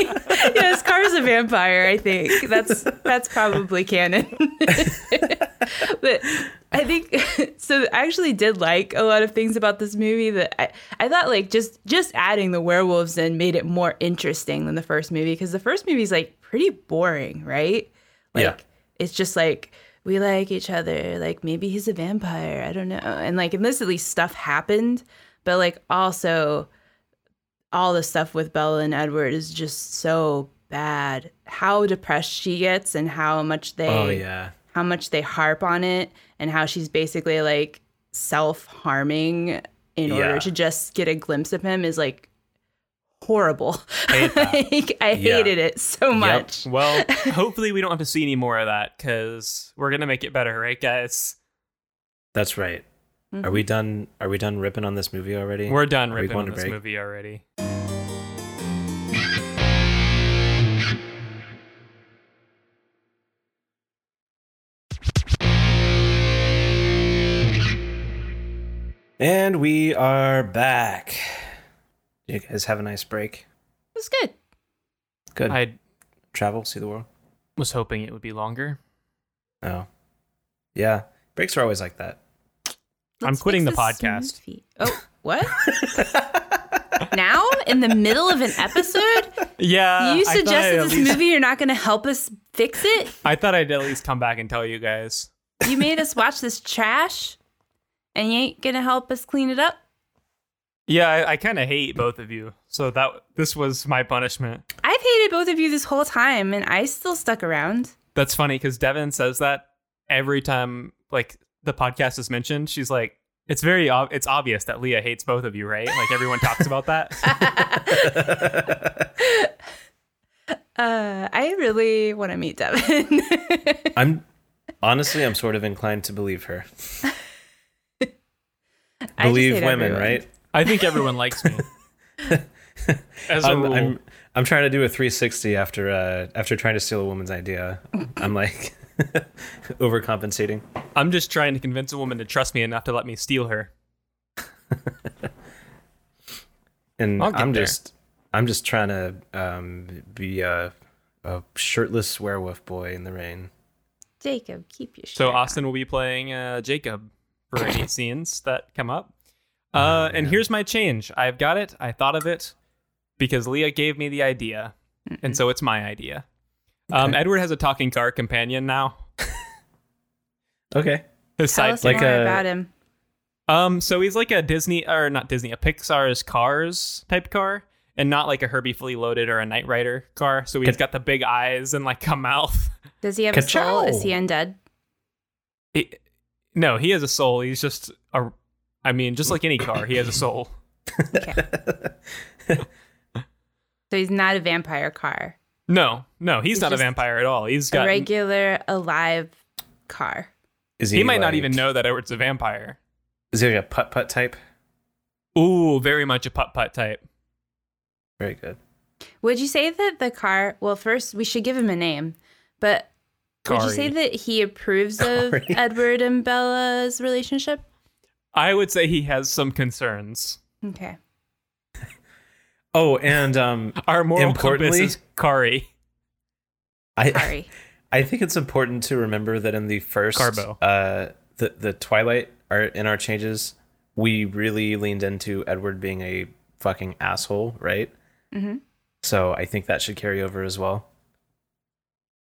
Speaker 3: this car is a vampire. I think that's that's probably canon. but I think so. I actually did like a lot of things about this movie that I I thought like just just adding the werewolves in made it more interesting than the first movie because the first movie's like pretty boring, right? Like
Speaker 2: Yeah.
Speaker 3: it's just like we like each other. Like maybe he's a vampire. I don't know. And like, and this at least stuff happened, but like also all the stuff with Bella and Edward is just so bad. How depressed she gets and how much they
Speaker 2: oh yeah.
Speaker 3: how much they harp on it and how she's basically like self-harming in
Speaker 2: Yeah.
Speaker 3: order to just get a glimpse of him is like horrible.
Speaker 1: Hate that.
Speaker 3: like, I
Speaker 2: Yeah.
Speaker 3: hated it so much.
Speaker 1: Well, hopefully we don't have to see any more of that because we're gonna make it better, right, guys?
Speaker 2: That's right. Are
Speaker 3: Mm-hmm.
Speaker 2: we done are we done ripping on this movie already?
Speaker 1: We're done
Speaker 2: Are we
Speaker 1: ripping
Speaker 2: going
Speaker 1: on
Speaker 2: to
Speaker 1: this
Speaker 2: break?
Speaker 1: movie already.
Speaker 2: And we are back. You guys have a nice break.
Speaker 3: It was good.
Speaker 2: Good.
Speaker 1: I
Speaker 2: Travel, see the world.
Speaker 1: was hoping it would be longer.
Speaker 2: Oh. Yeah. Breaks are always like that.
Speaker 1: I'm quitting
Speaker 3: fix
Speaker 1: the
Speaker 3: this
Speaker 1: podcast.
Speaker 3: movie. Oh, what? now in the middle of an episode?
Speaker 1: Yeah.
Speaker 3: you
Speaker 1: Uh, I thought I'd
Speaker 3: suggested
Speaker 1: at
Speaker 3: this
Speaker 1: least-
Speaker 3: movie. You're not going to help us fix it.
Speaker 1: I thought I'd at least come back and tell you guys.
Speaker 3: You made us watch this trash, and you ain't going to help us clean it up.
Speaker 1: Yeah, I, I kind of hate both of you. So that this was my punishment.
Speaker 3: I've hated both of you this whole time, and I still stuck around.
Speaker 1: That's funny because Devin says that every time like the podcast is mentioned. She's like, it's very ob- it's obvious that Leah hates both of you, right? Like everyone talks about that.
Speaker 3: Uh, I really want to meet Devin.
Speaker 2: I'm honestly I'm sort of inclined to believe her.
Speaker 3: I just
Speaker 2: Believe
Speaker 3: hate
Speaker 2: women,
Speaker 3: everyone.
Speaker 2: right?
Speaker 1: I think everyone likes me. As a
Speaker 2: I'm,
Speaker 1: rule.
Speaker 2: I'm I'm trying to do a 360 after uh after trying to steal a woman's idea. I'm like overcompensating.
Speaker 1: I'm just trying to convince a woman to trust me enough to let me steal her.
Speaker 2: And
Speaker 1: I'll get
Speaker 2: I'm
Speaker 1: there.
Speaker 2: just I'm just trying to um be a, a shirtless werewolf boy in the rain.
Speaker 3: Jacob, keep your.
Speaker 1: So
Speaker 3: shirt on.
Speaker 1: Austin will be playing uh, Jacob for any scenes that come up. Uh, and here's my change. I've got it. I thought of it because Leah gave me the idea, and so it's my idea. Um, Edward has a talking car companion now.
Speaker 2: Okay.
Speaker 1: His
Speaker 3: Tell
Speaker 1: side,
Speaker 3: us
Speaker 2: like
Speaker 3: more
Speaker 2: a-
Speaker 3: about him.
Speaker 1: um, so he's like a Disney or not Disney, a Pixar's Cars type car, and not like a Herbie fully loaded or a Knight Rider car. So he's got the big eyes and like a mouth.
Speaker 3: Does he have a soul? Is he undead?
Speaker 1: He, no, he has a soul. He's just a. I mean, just like any car, he has a soul.
Speaker 3: So he's not a vampire car.
Speaker 1: No, no, he's,
Speaker 3: He's
Speaker 1: not a
Speaker 3: just
Speaker 1: vampire at all. He's
Speaker 3: a
Speaker 1: got.
Speaker 3: regular alive car.
Speaker 2: Is
Speaker 1: he might not
Speaker 2: like-
Speaker 1: even know that Edward's a vampire.
Speaker 2: Is he like a putt putt type?
Speaker 1: Ooh, very much a putt putt type.
Speaker 2: Very good.
Speaker 3: Would you say that the car? Well, first we should give him a name, but
Speaker 1: Kari.
Speaker 3: Would you say that he approves of
Speaker 2: Kari.
Speaker 3: Edward and Bella's relationship?
Speaker 1: I would say he has some concerns.
Speaker 3: Okay.
Speaker 2: Oh, and um,
Speaker 1: Our moral compass
Speaker 2: Importantly-
Speaker 1: is Kari.
Speaker 2: I
Speaker 3: Sorry.
Speaker 2: I think it's important to remember that in the first
Speaker 1: Carbo.
Speaker 2: uh, the the Twilight art in our changes, we really leaned into Edward being a fucking asshole, right?
Speaker 3: hmm
Speaker 2: So I think that should carry over as well.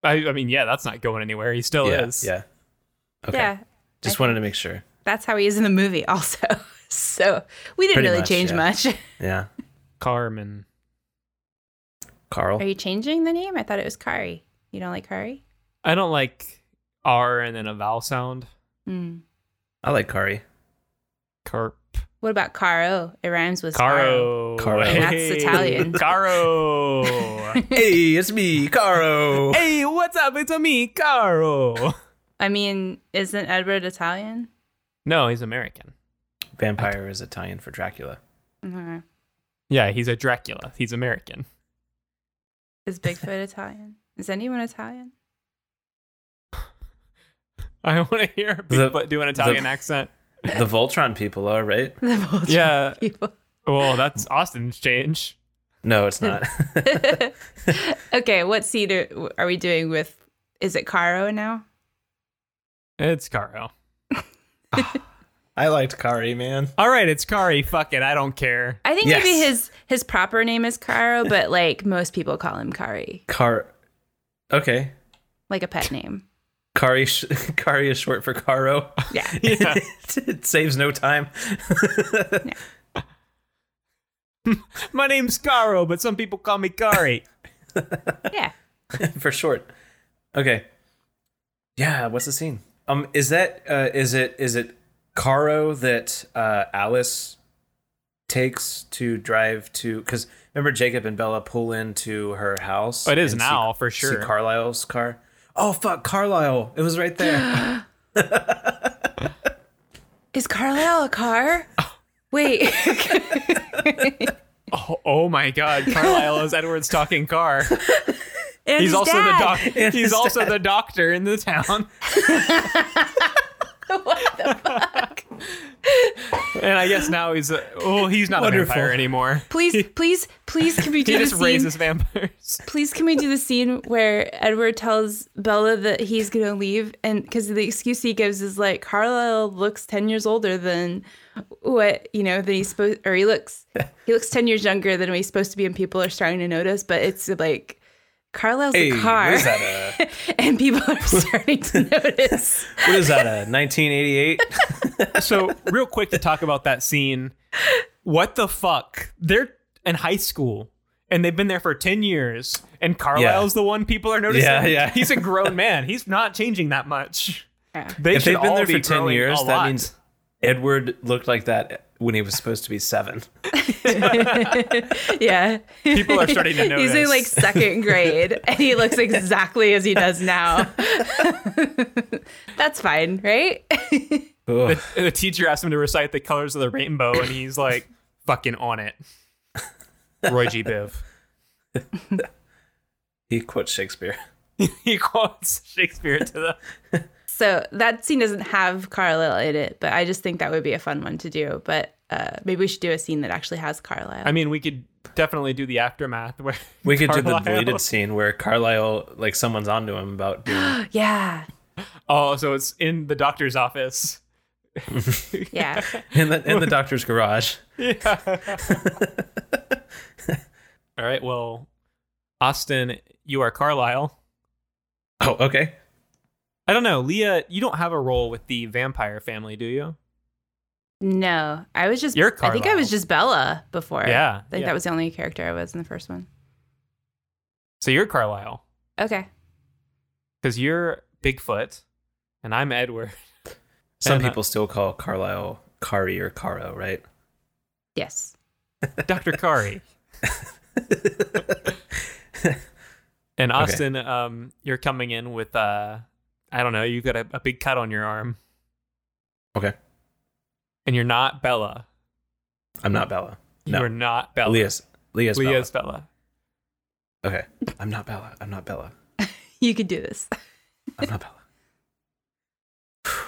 Speaker 1: I, I mean, yeah, that's not going anywhere. He still
Speaker 2: yeah,
Speaker 1: Oh, is.
Speaker 2: yeah. Okay.
Speaker 3: Yeah,
Speaker 2: Just wanted to make sure.
Speaker 3: that's how he is in the movie, also. So we didn't
Speaker 2: Pretty
Speaker 3: really
Speaker 2: much,
Speaker 3: change
Speaker 2: yeah.
Speaker 3: much.
Speaker 2: Yeah,
Speaker 1: Carmen.
Speaker 2: Carl.
Speaker 3: Are you changing the name? I thought it was Kari. You don't like Kari?
Speaker 1: I don't like R and then a vowel sound.
Speaker 3: Mm.
Speaker 2: I like Kari.
Speaker 1: Carp.
Speaker 3: What about Caro? It rhymes with Sparrow.
Speaker 1: Caro.
Speaker 2: Caro.
Speaker 1: Hey.
Speaker 3: That's Italian.
Speaker 1: Caro.
Speaker 2: hey, it's me, Caro.
Speaker 1: hey, what's up? It's me, Caro.
Speaker 3: I mean, isn't Edward Italian?
Speaker 1: No, he's American.
Speaker 2: Vampire is Italian for Dracula.
Speaker 3: Mhm.
Speaker 1: Yeah, he's a Dracula. He's American.
Speaker 3: Is Bigfoot Italian? Is anyone Italian?
Speaker 1: I want to hear
Speaker 2: The-
Speaker 1: Bigfoot do an Italian accent.
Speaker 2: The Voltron people are right.
Speaker 3: The Voltron
Speaker 1: Yeah.
Speaker 3: people.
Speaker 1: Well, that's Austin's change.
Speaker 2: No, it's not.
Speaker 3: okay, what seed are, are we doing with? Is it Caro now?
Speaker 1: It's Caro.
Speaker 2: I liked Kari, man.
Speaker 1: All right, it's Kari. Fuck it. I don't care.
Speaker 3: I think maybe
Speaker 2: Yes.
Speaker 3: his his proper name is Caro, but like most people call him Kari,
Speaker 2: Car. Okay.
Speaker 3: like a pet name.
Speaker 2: Kari, sh- Kari is short for Caro.
Speaker 3: Yeah.
Speaker 1: Yeah.
Speaker 2: it saves no time.
Speaker 1: My name's Caro, but some people call me Kari.
Speaker 3: Yeah.
Speaker 2: for short. Okay. Yeah, what's the scene? Um is that uh is it is it Caro that uh Alice takes to drive to cuz remember Jacob and Bella pull into her house?
Speaker 1: Oh, it is
Speaker 2: and
Speaker 1: now, for
Speaker 2: see
Speaker 1: sure.
Speaker 2: Carlisle's car. Oh fuck, Carlisle. It was right there.
Speaker 3: Is Carlisle a car? Wait.
Speaker 1: Oh, oh my God. Carlisle is Edward's talking car.
Speaker 3: And
Speaker 1: He's
Speaker 3: his
Speaker 1: also
Speaker 3: dad.
Speaker 1: the doc- He's also the doctor in the town.
Speaker 3: What the fuck?
Speaker 1: And I guess now he's a, oh he's not
Speaker 2: Wonderful.
Speaker 1: a vampire anymore.
Speaker 3: Please, please, please, can we
Speaker 1: He
Speaker 3: do the
Speaker 1: just
Speaker 3: scene?
Speaker 1: raises vampires.
Speaker 3: Please, can we do the scene where Edward tells Bella that he's gonna leave, and because the excuse he gives is like Carlisle looks ten years older than what you know that he's supposed, or he looks he looks ten years younger than what he's supposed to be, and people are starting to notice. But it's like Carlisle's
Speaker 2: Hey,
Speaker 3: a car,
Speaker 2: what is that? Uh,
Speaker 3: and people are starting to notice.
Speaker 2: what is that? Uh, 1988?
Speaker 1: So real quick to talk about that scene. What the fuck? They're in high school and they've been there for ten years. And Carlisle's the one people are noticing.
Speaker 2: Yeah, yeah.
Speaker 1: He's a grown man. He's not changing that much.
Speaker 3: Yeah.
Speaker 1: They
Speaker 2: if
Speaker 1: should
Speaker 2: they've been
Speaker 1: all
Speaker 2: there
Speaker 1: be
Speaker 2: for 10
Speaker 1: growing
Speaker 2: years,
Speaker 1: a
Speaker 2: that
Speaker 1: lot.
Speaker 2: means Edward looked like that when he was supposed to be 7.
Speaker 3: yeah,
Speaker 1: people are starting to notice.
Speaker 3: he's in like second grade, and he looks exactly as he does now. That's fine, right?
Speaker 2: Ugh.
Speaker 1: the teacher asked him to recite the colors of the rainbow, and he's like, "Fucking on it." Roy G. Biv.
Speaker 2: He quotes Shakespeare.
Speaker 1: he quotes Shakespeare to the
Speaker 3: So that scene doesn't have Carlisle in it, but I just think that would be a fun one to do. But uh, maybe we should do a scene that actually has Carlisle.
Speaker 1: I mean, we could definitely do the aftermath where
Speaker 2: We could do the
Speaker 1: Carlisle-
Speaker 2: deleted scene where Carlisle, like, someone's onto him about doing.
Speaker 3: yeah,
Speaker 1: Oh, so it's in the doctor's office.
Speaker 3: yeah.
Speaker 2: in the in the doctor's garage.
Speaker 1: All right, well, Austin, you are Carlisle.
Speaker 2: Oh, okay.
Speaker 1: I don't know, Leah, you don't have a role with the vampire family, do you?
Speaker 3: No, I was just.
Speaker 1: You're
Speaker 3: I think I
Speaker 1: Carlisle.
Speaker 3: was just Bella before.
Speaker 1: Yeah,
Speaker 3: I think
Speaker 1: yeah.
Speaker 3: that was the only character I was in the first one.
Speaker 1: So you're Carlisle
Speaker 3: Okay.
Speaker 1: because you're Bigfoot and I'm Edward.
Speaker 2: Some
Speaker 1: And, uh,
Speaker 2: people still call Carlisle Kari or Caro, right?
Speaker 3: Yes.
Speaker 1: Dr. Kari. and Austin, um, you're coming in with uh, I don't know, you've got a, a big cut on your arm.
Speaker 2: Okay.
Speaker 1: And you're not Bella.
Speaker 2: I'm not Bella.
Speaker 1: You
Speaker 2: No.
Speaker 1: are not Bella.
Speaker 2: Leah's Leah's,
Speaker 1: Leah's Bella.
Speaker 2: Bella. Okay. I'm not Bella. I'm not Bella.
Speaker 3: You could do this.
Speaker 2: I'm not Bella.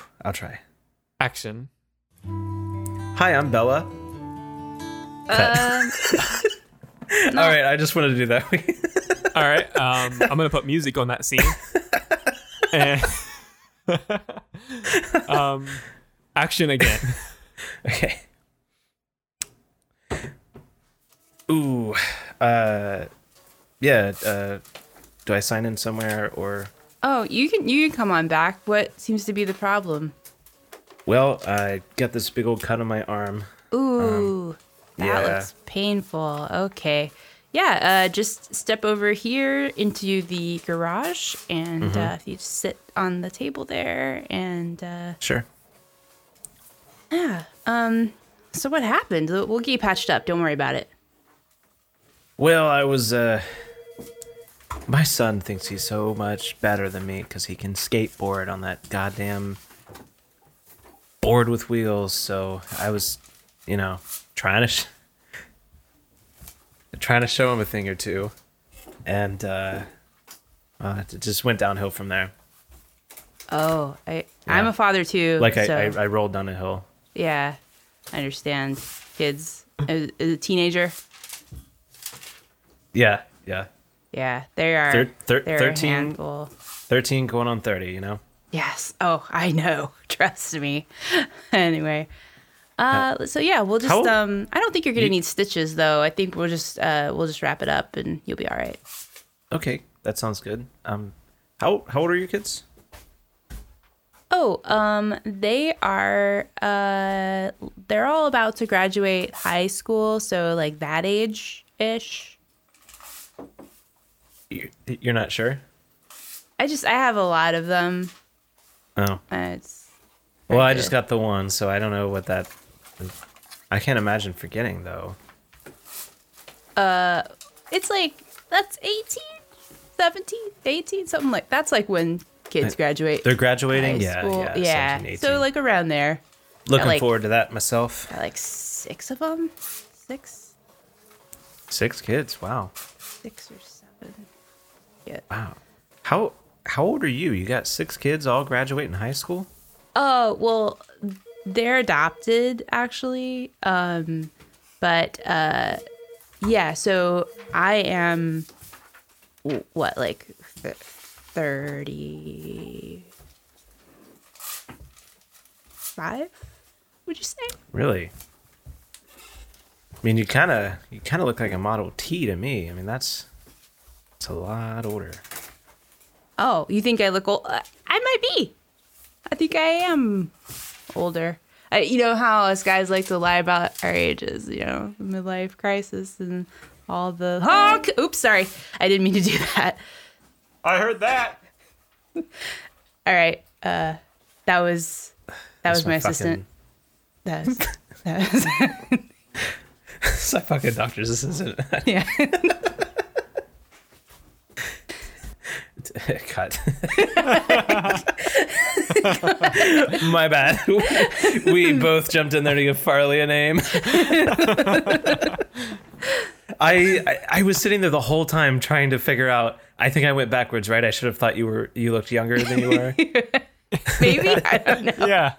Speaker 2: I'll try.
Speaker 1: Action.
Speaker 2: Hi, I'm Bella. Cut.
Speaker 3: Um,
Speaker 2: All right, I just wanted to do that.
Speaker 1: All right. Um, I'm gonna put music on that scene. And- um, action again.
Speaker 2: okay. Ooh. Uh, yeah. Uh, do I sign in somewhere or?
Speaker 3: oh, you can you can come on back. What seems to be the problem?
Speaker 2: Well, I got this big old cut on my arm.
Speaker 3: Ooh, that
Speaker 2: Um, yeah.
Speaker 3: looks painful. Okay. Yeah, uh, just step over here into the garage, and
Speaker 2: Mm-hmm.
Speaker 3: uh, if you just sit on the table there, and uh,
Speaker 2: Sure.
Speaker 3: yeah. Um, so what happened? We'll we'll get you patched up. Don't worry about it.
Speaker 2: Well, I was, uh. My son thinks he's so much better than me because he can skateboard on that goddamn board with wheels. So I was, you know, trying to. Sh- trying to show him a thing or two. And, uh. Well, it just went downhill from there.
Speaker 3: Oh, I I'm a father too.
Speaker 2: Like, I,
Speaker 3: so,
Speaker 2: I, I rolled down a hill.
Speaker 3: yeah, I understand. Kids, as, as a teenager,
Speaker 2: Yeah, yeah.
Speaker 3: yeah, they are.
Speaker 2: Thir- thir-
Speaker 3: they're
Speaker 2: 13
Speaker 3: A handful.
Speaker 2: 13 going on 30, you know?
Speaker 3: Yes. Oh, I know. Trust me. anyway. Uh, so yeah, we'll just
Speaker 2: How-
Speaker 3: um. I don't think you're gonna
Speaker 2: You-
Speaker 3: need stitches though. I think we'll just uh we'll just wrap it up and you'll be all right.
Speaker 2: Okay, that sounds good. Um, how, how old are your kids?
Speaker 3: Oh, um, they are uh they're all about to graduate high school, so like that age ish.
Speaker 2: You- You're not sure?
Speaker 3: I just I have a lot of them.
Speaker 2: Oh.
Speaker 3: Uh, it's
Speaker 2: Well, I
Speaker 3: good.
Speaker 2: just got the one, so I don't know what that. I can't imagine forgetting though.
Speaker 3: it's like that's 18, 17, 18, something like that's like when kids
Speaker 2: Uh,
Speaker 3: graduate.
Speaker 2: They're graduating.
Speaker 3: high
Speaker 2: Yeah,
Speaker 3: school.
Speaker 2: yeah, 17, 18.
Speaker 3: So like around there,
Speaker 2: looking
Speaker 3: like-
Speaker 2: forward to that myself.
Speaker 3: Got, like six of them, six,
Speaker 2: Six kids. Wow,
Speaker 3: six or seven. Yeah.
Speaker 2: wow. How how old are you? You got six kids all graduating high school.
Speaker 3: Oh well, they're adopted actually, um, but uh, yeah. So I am w- what like th- thirty-five? Would you say?
Speaker 2: Really. I mean, you kind of you kind of look like a Model T to me. I mean, that's it's a lot older.
Speaker 3: Oh, you think I look old? Uh, I might be. I think I am older. I, you know how us guys like to lie about our ages, you know, midlife crisis and all the. honk. Oops, sorry. I didn't mean to do that.
Speaker 2: I heard that.
Speaker 3: All right. Uh, that was that was my,
Speaker 2: fucking,
Speaker 3: assistant. That was, that was
Speaker 2: That's my fucking doctor's assistant.
Speaker 3: yeah.
Speaker 2: Cut. My bad. we both jumped in there to give Farley a name. I, I I was sitting there the whole time trying to figure out. I think I went backwards, right? I should have thought you were you looked younger than you were.
Speaker 3: Maybe I don't know.
Speaker 1: Yeah.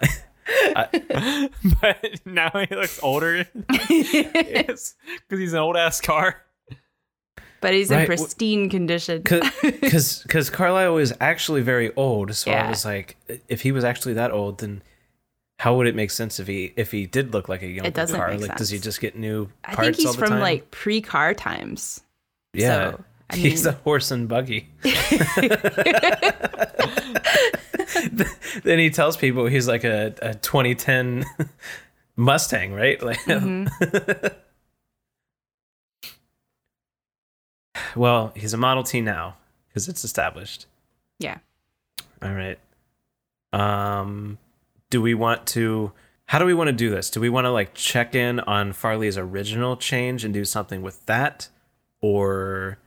Speaker 1: but now he looks older. Because he's an old ass car.
Speaker 3: But he's in
Speaker 2: Right, wh-
Speaker 3: pristine condition.
Speaker 2: Because because Carlisle is actually very old, so I
Speaker 3: Yeah.
Speaker 2: was like, if he was actually that old, then how would it make sense if he if he did look like a younger
Speaker 3: doesn't
Speaker 2: car?
Speaker 3: make
Speaker 2: like, does he
Speaker 3: sense.
Speaker 2: just get new?
Speaker 3: I
Speaker 2: parts
Speaker 3: think
Speaker 2: all
Speaker 3: he's
Speaker 2: the
Speaker 3: from
Speaker 2: time?
Speaker 3: like pre-car times.
Speaker 2: Yeah.
Speaker 3: So, I
Speaker 2: He's
Speaker 3: mean-
Speaker 2: a horse and buggy. then he tells people he's like a, a 2010 Mustang, right? Like,
Speaker 3: Mm-hmm.
Speaker 2: well, he's a Model T now because it's established.
Speaker 3: Yeah.
Speaker 2: All right. Um, do we want to? How do we want to do this? Do we want to like check in on Farley's original change and do something with that, or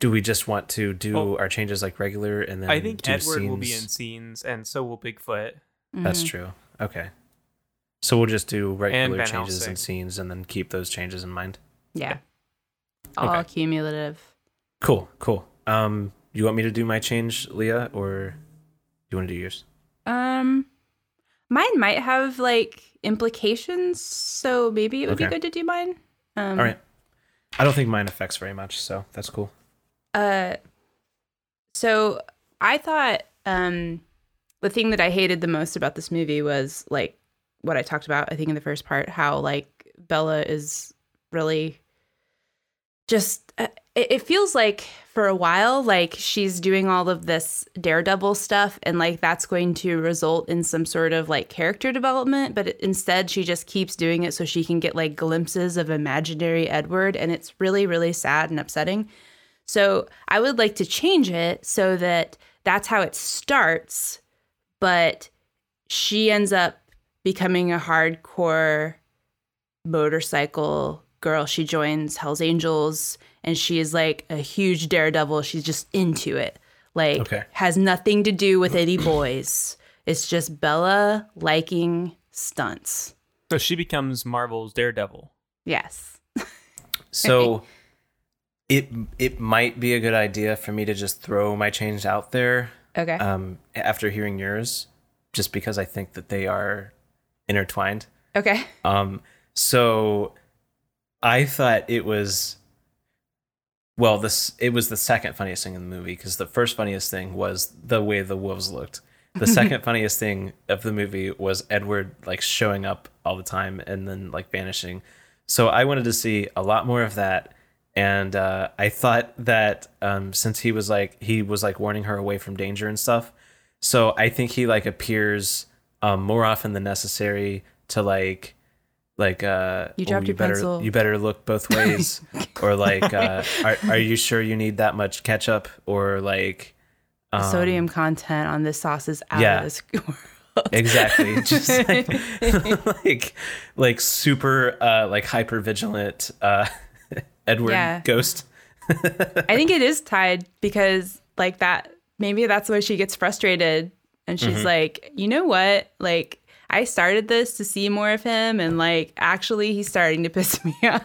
Speaker 2: do we just want to do
Speaker 1: Well,
Speaker 2: our changes like regular and then?
Speaker 1: Oh. I think
Speaker 2: do
Speaker 1: Edward will be in
Speaker 2: scenes?
Speaker 1: scenes, and so will Bigfoot.
Speaker 3: Mm, Mm-hmm.
Speaker 2: That's true. Okay. So we'll just do regular
Speaker 1: Van
Speaker 2: changes
Speaker 1: Helsing.
Speaker 2: and scenes, and then keep those changes in mind.
Speaker 3: Yeah. All
Speaker 2: Okay.
Speaker 3: cumulative.
Speaker 2: Cool. Cool. Um, you want me to do my change, Leah, or you want to do yours?
Speaker 3: Um, mine might have like implications, so maybe it would be
Speaker 2: Okay.
Speaker 3: good to do mine. Um,
Speaker 2: All right. I don't think mine affects very much, so that's cool.
Speaker 3: Uh, so I thought um, the thing that I hated the most about this movie was like what I talked about. I think in the first part, how like Bella is really just. Uh, it, it feels like for a while, like she's doing all of this daredevil stuff, and like that's going to result in some sort of like character development. But instead, she just keeps doing it so she can get like glimpses of imaginary Edward, and it's really, really sad and upsetting. So I would like to change it so that that's how it starts, but she ends up becoming a hardcore motorcycle girl. She joins Hell's Angels and she is like a huge daredevil. She's just into it. Like
Speaker 2: Okay.
Speaker 3: has nothing to do with any boys. It's just Bella liking stunts.
Speaker 1: So she becomes Marvel's Daredevil.
Speaker 3: Yes.
Speaker 2: So it it might be a good idea for me to just throw my change out there
Speaker 3: Okay.
Speaker 2: um, after hearing yours, just because I think that they are intertwined.
Speaker 3: okay.
Speaker 2: Um, so I thought it was well, this it was the second funniest thing in the movie because the first funniest thing was the way the wolves looked. The second funniest thing of the movie was Edward like showing up all the time and then like vanishing. So I wanted to see a lot more of that, and uh, I thought that um, since he was like he was like warning her away from danger and stuff, so I think he like appears um, more often than necessary to like like uh
Speaker 3: You dropped your
Speaker 2: better
Speaker 3: pencil.
Speaker 2: you better look both ways or like uh are, are you sure you need that much ketchup or like um,
Speaker 3: Sodium content on this sauce is out
Speaker 2: yeah.
Speaker 3: of this world.
Speaker 2: exactly just like, like like super uh like hyper vigilant uh edward
Speaker 3: Yeah.
Speaker 2: ghost
Speaker 3: I think it is tied because like that maybe that's why she gets frustrated and she's
Speaker 1: Mm-hmm.
Speaker 3: like, "You know what? Like I started this to see more of him and like actually he's starting to piss me off."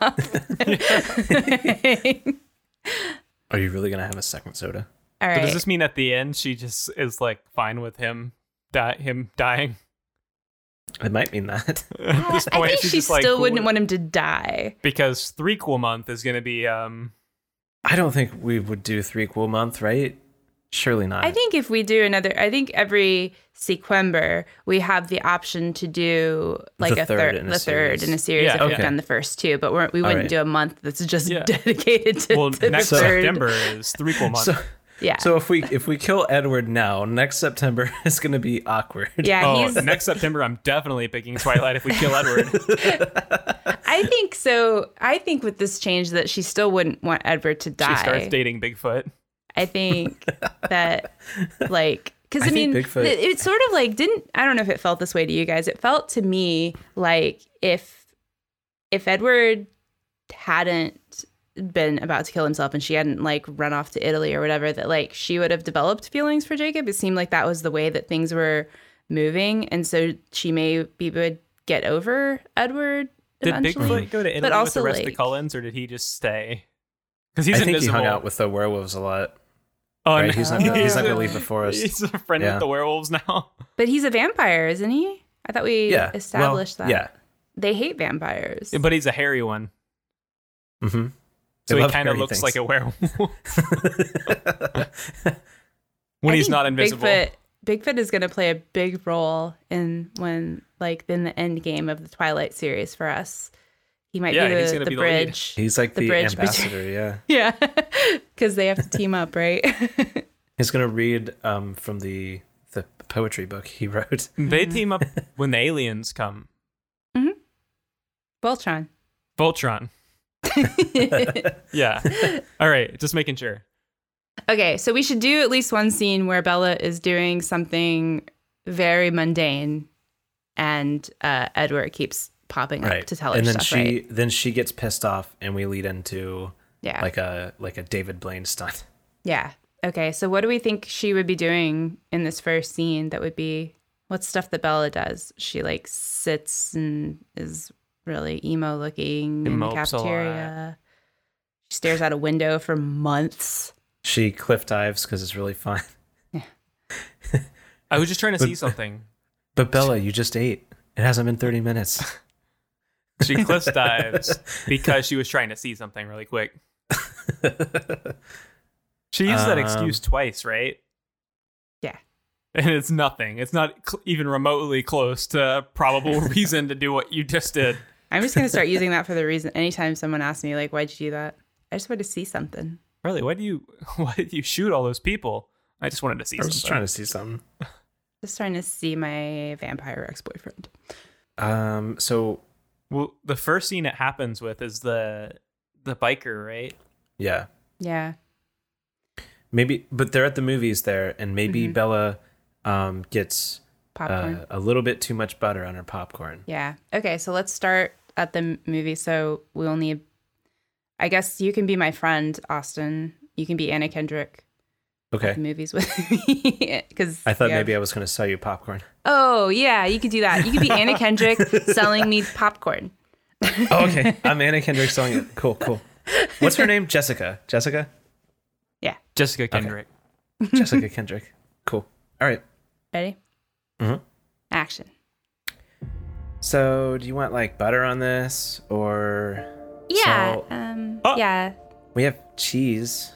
Speaker 2: are you really gonna have a second soda
Speaker 3: All
Speaker 1: So
Speaker 3: right.
Speaker 1: does this mean at the end she just is like fine with him, die him dying?
Speaker 2: it might mean that
Speaker 1: At this
Speaker 3: I
Speaker 1: point,
Speaker 3: think
Speaker 1: she's
Speaker 3: she
Speaker 1: just, like,
Speaker 3: still
Speaker 1: cool
Speaker 3: wouldn't
Speaker 1: with-
Speaker 3: want him to die.
Speaker 1: because three cool month is going to be um
Speaker 2: i don't think we would do three cool month right surely not
Speaker 3: I think if we do another, I think every Sequember we have the option to do like
Speaker 2: The
Speaker 3: a
Speaker 2: third
Speaker 3: third,
Speaker 2: in a
Speaker 3: the third
Speaker 2: series.
Speaker 3: in a series.
Speaker 1: Yeah,
Speaker 3: if we've
Speaker 2: okay.
Speaker 3: done the first two, but we're, we wouldn't
Speaker 2: right.
Speaker 3: do a month that's just
Speaker 1: Yeah.
Speaker 3: dedicated to,
Speaker 1: well
Speaker 3: to the
Speaker 1: next
Speaker 2: So-
Speaker 3: third.
Speaker 1: September is three cool month.
Speaker 2: so
Speaker 3: Yeah,
Speaker 2: so if we if we kill edward now next september is gonna be awkward
Speaker 3: yeah.
Speaker 1: oh,
Speaker 3: he's,
Speaker 1: next September I'm definitely picking Twilight if we kill Edward.
Speaker 3: I think so. I think with this change that she still wouldn't want Edward to
Speaker 1: she starts
Speaker 3: die.
Speaker 1: dating Bigfoot.
Speaker 3: I think that like because
Speaker 2: I
Speaker 3: I,
Speaker 2: think
Speaker 3: mean
Speaker 2: Bigfoot-
Speaker 3: it, it sort of like didn't I don't know if it felt this way to you guys. It felt to me like if if Edward hadn't been about to kill himself and she hadn't like run off to Italy or whatever that like she would have developed feelings for Jacob. It seemed like that was the way that things were moving and so she maybe would get over Edward
Speaker 1: Did
Speaker 3: eventually.
Speaker 1: Bigfoot go to Italy with
Speaker 3: also,
Speaker 1: the rest of
Speaker 3: like-
Speaker 1: the Cullens or did he just stay? Because
Speaker 2: I
Speaker 1: he's
Speaker 2: think
Speaker 1: invisible.
Speaker 2: he hung out with the werewolves a lot.
Speaker 1: oh,
Speaker 2: right?
Speaker 1: no.
Speaker 2: He's not gonna, he's not gonna leave the
Speaker 1: He's
Speaker 2: forest.
Speaker 1: a friend
Speaker 2: Yeah.
Speaker 1: with the werewolves now.
Speaker 3: But he's a vampire, isn't he? I thought we
Speaker 2: Yeah,
Speaker 3: established
Speaker 2: well,
Speaker 3: that. They hate vampires.
Speaker 1: But he's a hairy one.
Speaker 2: Yeah. Mm-hmm.
Speaker 1: So he kind of looks like a werewolf when
Speaker 3: I
Speaker 1: he's
Speaker 3: think
Speaker 1: not invisible.
Speaker 3: Bigfoot, Bigfoot is going to play a big role in when, like, in the end game of the Twilight series for us. He might
Speaker 1: Yeah,
Speaker 3: be the,
Speaker 1: he's gonna
Speaker 3: the
Speaker 1: be the lead.
Speaker 3: bridge.
Speaker 2: He's like
Speaker 3: The
Speaker 2: the,
Speaker 3: bridge between-
Speaker 2: ambassador. Yeah.
Speaker 3: yeah, because they have to team up, right?
Speaker 2: He's gonna read um, from the the poetry book he wrote.
Speaker 1: They team up when the aliens come.
Speaker 3: Voltron.
Speaker 1: Voltron. yeah. All right. Just making sure.
Speaker 3: Okay, so we should do at least one scene where Bella is doing something very mundane, and uh, Edward keeps popping up to tell her
Speaker 2: and then
Speaker 3: stuff.
Speaker 2: she
Speaker 3: right?
Speaker 2: then she gets pissed off, and we lead into
Speaker 3: Yeah.
Speaker 2: like a like a David Blaine stunt.
Speaker 3: Yeah. Okay. So what do we think she would be doing in this first scene that would be what's stuff that Bella does? She like sits and is really emo
Speaker 1: She
Speaker 3: looking in the
Speaker 1: mopes a lot.
Speaker 3: cafeteria. She stares out a window for months.
Speaker 2: She cliff dives because it's really fun.
Speaker 1: I was just trying to see something.
Speaker 2: But Bella, you just ate. It hasn't been 30 minutes.
Speaker 1: She cliff dives because she was trying to see something really quick. She used that excuse
Speaker 2: Um,
Speaker 1: twice, right?
Speaker 3: Yeah.
Speaker 1: And it's nothing. It's not cl- even remotely close to probable reason to do what you just did.
Speaker 3: I'm just gonna start using that for the reason. Anytime someone asks me like, "Why'd you do that?" I just wanted to see something.
Speaker 1: Really, why do you why did you shoot all those people? I just wanted to see
Speaker 2: I was just trying
Speaker 1: something.
Speaker 2: to see something.
Speaker 3: Just trying to see my vampire ex-boyfriend.
Speaker 2: Um, so
Speaker 1: Well, the first scene it happens with is the the biker, right?
Speaker 2: yeah,
Speaker 3: Yeah.
Speaker 2: maybe, but they're at the movies there, and maybe Bella um, gets
Speaker 3: Popcorn.
Speaker 2: uh, a little bit too much butter on her popcorn.
Speaker 3: Yeah. Okay. So let's start at the m- movie. So we'll need, I guess you can be my friend, Austin. You can be Anna Kendrick at the
Speaker 2: Okay,
Speaker 3: movies with me. Because
Speaker 2: I thought maybe I was going to sell you popcorn.
Speaker 3: Oh yeah, you could do that. You could be Anna Kendrick selling me popcorn.
Speaker 2: Oh, okay, I'm Anna Kendrick selling it. Cool, cool. What's her name? Jessica. Jessica.
Speaker 1: Jessica Kendrick.
Speaker 2: Jessica Kendrick. Cool. All right.
Speaker 3: Ready?
Speaker 2: Mhm.
Speaker 3: Action.
Speaker 2: So, do you want like butter on this, or
Speaker 3: Yeah.
Speaker 2: So-
Speaker 3: um.
Speaker 1: Oh.
Speaker 3: Yeah.
Speaker 2: we have cheese?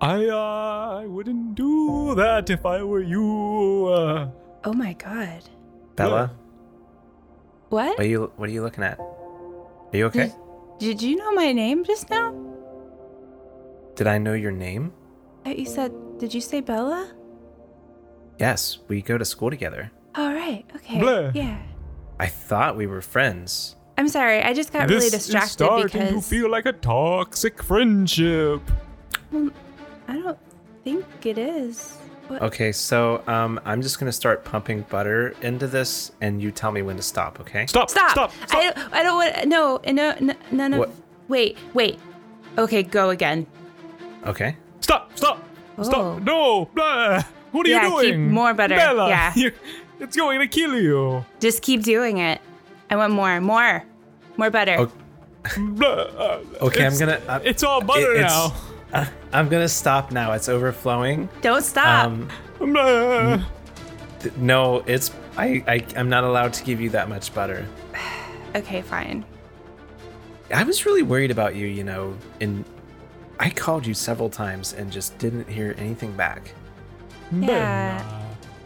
Speaker 1: I uh, I wouldn't do that if I were you. Uh,
Speaker 3: Oh my god.
Speaker 2: Bella,
Speaker 3: What?
Speaker 2: what are you what are you looking at? Are you okay?
Speaker 3: Mm. Did you know my name just now?
Speaker 2: Did I know your name?
Speaker 3: I thought You said. Did you say Bella?
Speaker 2: Yes, we go to school together.
Speaker 3: All right. Okay.
Speaker 1: Blah.
Speaker 3: Yeah.
Speaker 2: I thought we were friends.
Speaker 3: I'm sorry. I just got really distracted because
Speaker 1: like a toxic friendship.
Speaker 3: I don't think it is. What?
Speaker 2: Okay, so um, I'm just gonna start pumping butter into this, and you tell me when to stop. Okay?
Speaker 1: Stop!
Speaker 3: Stop!
Speaker 1: Stop!
Speaker 3: I don't. I don't want. No. No. no none of.
Speaker 2: What?
Speaker 3: Wait. Wait. Okay. Go again.
Speaker 2: Okay.
Speaker 1: Stop! Stop!
Speaker 3: Oh.
Speaker 1: Stop! No! Blah. What are
Speaker 3: Yeah,
Speaker 1: you
Speaker 3: keep
Speaker 1: doing?
Speaker 3: more butter.
Speaker 1: Bella,
Speaker 3: Yeah.
Speaker 1: you- it's going to kill you.
Speaker 3: Just keep doing it. I want more. More. More butter.
Speaker 2: Okay.
Speaker 1: Blah. uh,
Speaker 2: Okay, I'm
Speaker 1: it's-
Speaker 2: gonna. Uh,
Speaker 1: It's all butter
Speaker 2: it's-
Speaker 1: now.
Speaker 2: uh, I'm gonna stop now. It's overflowing.
Speaker 3: Don't stop.
Speaker 2: Um,
Speaker 1: Blah.
Speaker 2: th- no, it's. I, I. I'm not allowed to give you that much butter.
Speaker 3: okay. Fine.
Speaker 2: I was really worried about you. You know, and I called you several times and just didn't hear anything back.
Speaker 1: Bella.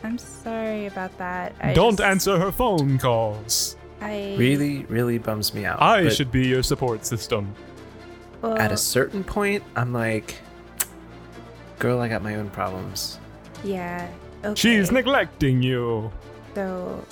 Speaker 3: I'm sorry about that. I
Speaker 1: Don't
Speaker 3: just-
Speaker 1: answer her phone calls.
Speaker 3: I
Speaker 2: Really, really bums me out.
Speaker 1: I
Speaker 2: But
Speaker 1: should be your support system.
Speaker 3: well,
Speaker 2: At a certain point, I'm like, girl, I got my own problems.
Speaker 3: Yeah. Okay.
Speaker 2: Uh,
Speaker 1: She's neglecting you.
Speaker 3: So,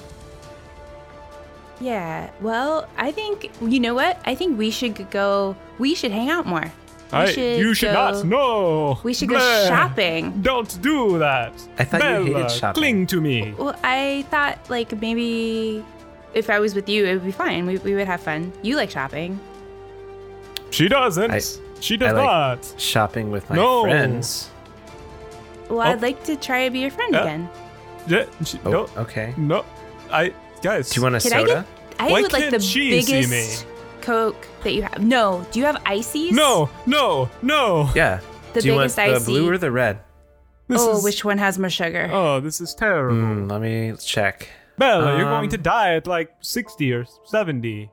Speaker 3: yeah. Well, I think you know what? I think we should go. We should hang out more. We
Speaker 1: I, you should
Speaker 3: go-
Speaker 1: not. No.
Speaker 3: We should go
Speaker 1: Blah.
Speaker 3: shopping.
Speaker 1: Don't do that.
Speaker 2: I thought you
Speaker 1: Bella,
Speaker 2: hated shopping.
Speaker 1: Cling to me.
Speaker 3: Well, I thought like maybe if I was with you, it would be fine. We, we would have fun. You like shopping.
Speaker 1: She doesn't.
Speaker 2: I-
Speaker 1: she does
Speaker 2: I like-
Speaker 1: not.
Speaker 2: Shopping with my
Speaker 1: No.
Speaker 2: friends.
Speaker 3: Well,
Speaker 1: Oh.
Speaker 3: I'd like to try to be your friend
Speaker 1: Yeah.
Speaker 3: again.
Speaker 1: Yeah, she,
Speaker 2: Oh,
Speaker 1: no,
Speaker 2: okay.
Speaker 1: no. I guys.
Speaker 2: Do you want a
Speaker 3: Can
Speaker 2: soda?
Speaker 3: I get? I
Speaker 1: Why
Speaker 3: would like the
Speaker 1: can't she see me?
Speaker 3: biggest Coke that you have. No. Do you have ices?
Speaker 1: No, no, no.
Speaker 2: Yeah.
Speaker 3: The
Speaker 2: Do you want
Speaker 3: biggest I
Speaker 2: the blue
Speaker 3: see.
Speaker 2: or the red?
Speaker 1: This
Speaker 3: oh,
Speaker 1: is,
Speaker 3: which one has more sugar?
Speaker 1: Oh, this is terrible.
Speaker 2: Hmm, let me check.
Speaker 1: Bella, you're
Speaker 2: Um,
Speaker 1: going to die at like 60 or 70.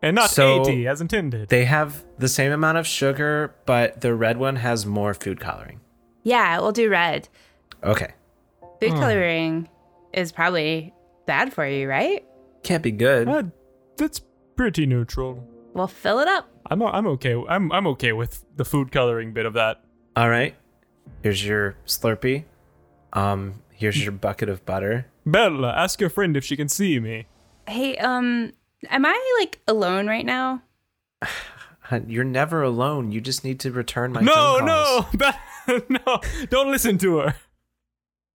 Speaker 1: And not
Speaker 2: So-
Speaker 1: 80 as intended.
Speaker 2: They have the same amount of sugar, but the red one has more food coloring.
Speaker 3: Yeah, we'll do red.
Speaker 2: Okay.
Speaker 3: Food
Speaker 1: Hmm.
Speaker 3: coloring is probably bad for you, right?
Speaker 2: Can't be good.
Speaker 1: Uh, that's pretty neutral.
Speaker 3: Well, fill it up.
Speaker 1: I'm I'm okay. I'm I'm okay with the food coloring bit of that.
Speaker 2: All right. Here's your Slurpee. Um, here's your bucket of butter.
Speaker 1: Bella, ask your friend if she can see me.
Speaker 3: Hey, um, am I like alone right now?
Speaker 2: Hun, You're never alone. You just need to return my
Speaker 1: no,
Speaker 2: phone calls.
Speaker 1: no, Bella, no! Don't listen to her.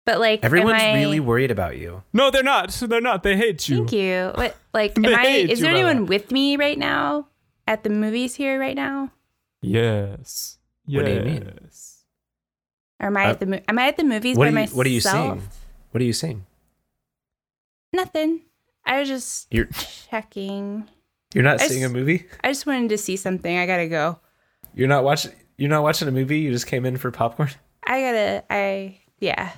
Speaker 3: But like, am
Speaker 2: Everyone's
Speaker 3: I-
Speaker 2: really worried about you.
Speaker 1: No, they're not. They're not. They hate you.
Speaker 3: Thank you. What? Like, am
Speaker 1: They
Speaker 3: I?
Speaker 1: hate
Speaker 3: Is
Speaker 1: you,
Speaker 3: there
Speaker 1: Bella.
Speaker 3: anyone with me right now at the movies here right now?
Speaker 1: Yes.
Speaker 2: What do you mean?
Speaker 1: Yes.
Speaker 3: Or am I
Speaker 2: Uh,
Speaker 3: at the? mo- Am I at the movies
Speaker 2: what
Speaker 3: by
Speaker 2: are you
Speaker 3: myself?
Speaker 2: what are you seeing? What are you seeing?
Speaker 3: Nothing. I was just
Speaker 2: You're
Speaker 3: checking.
Speaker 2: you're not
Speaker 3: I
Speaker 2: seeing a
Speaker 3: s-
Speaker 2: movie?
Speaker 3: I just wanted to see something. I gotta go.
Speaker 2: You're not watching you're not watching a movie, you just came in for popcorn?
Speaker 3: I gotta. I yeah.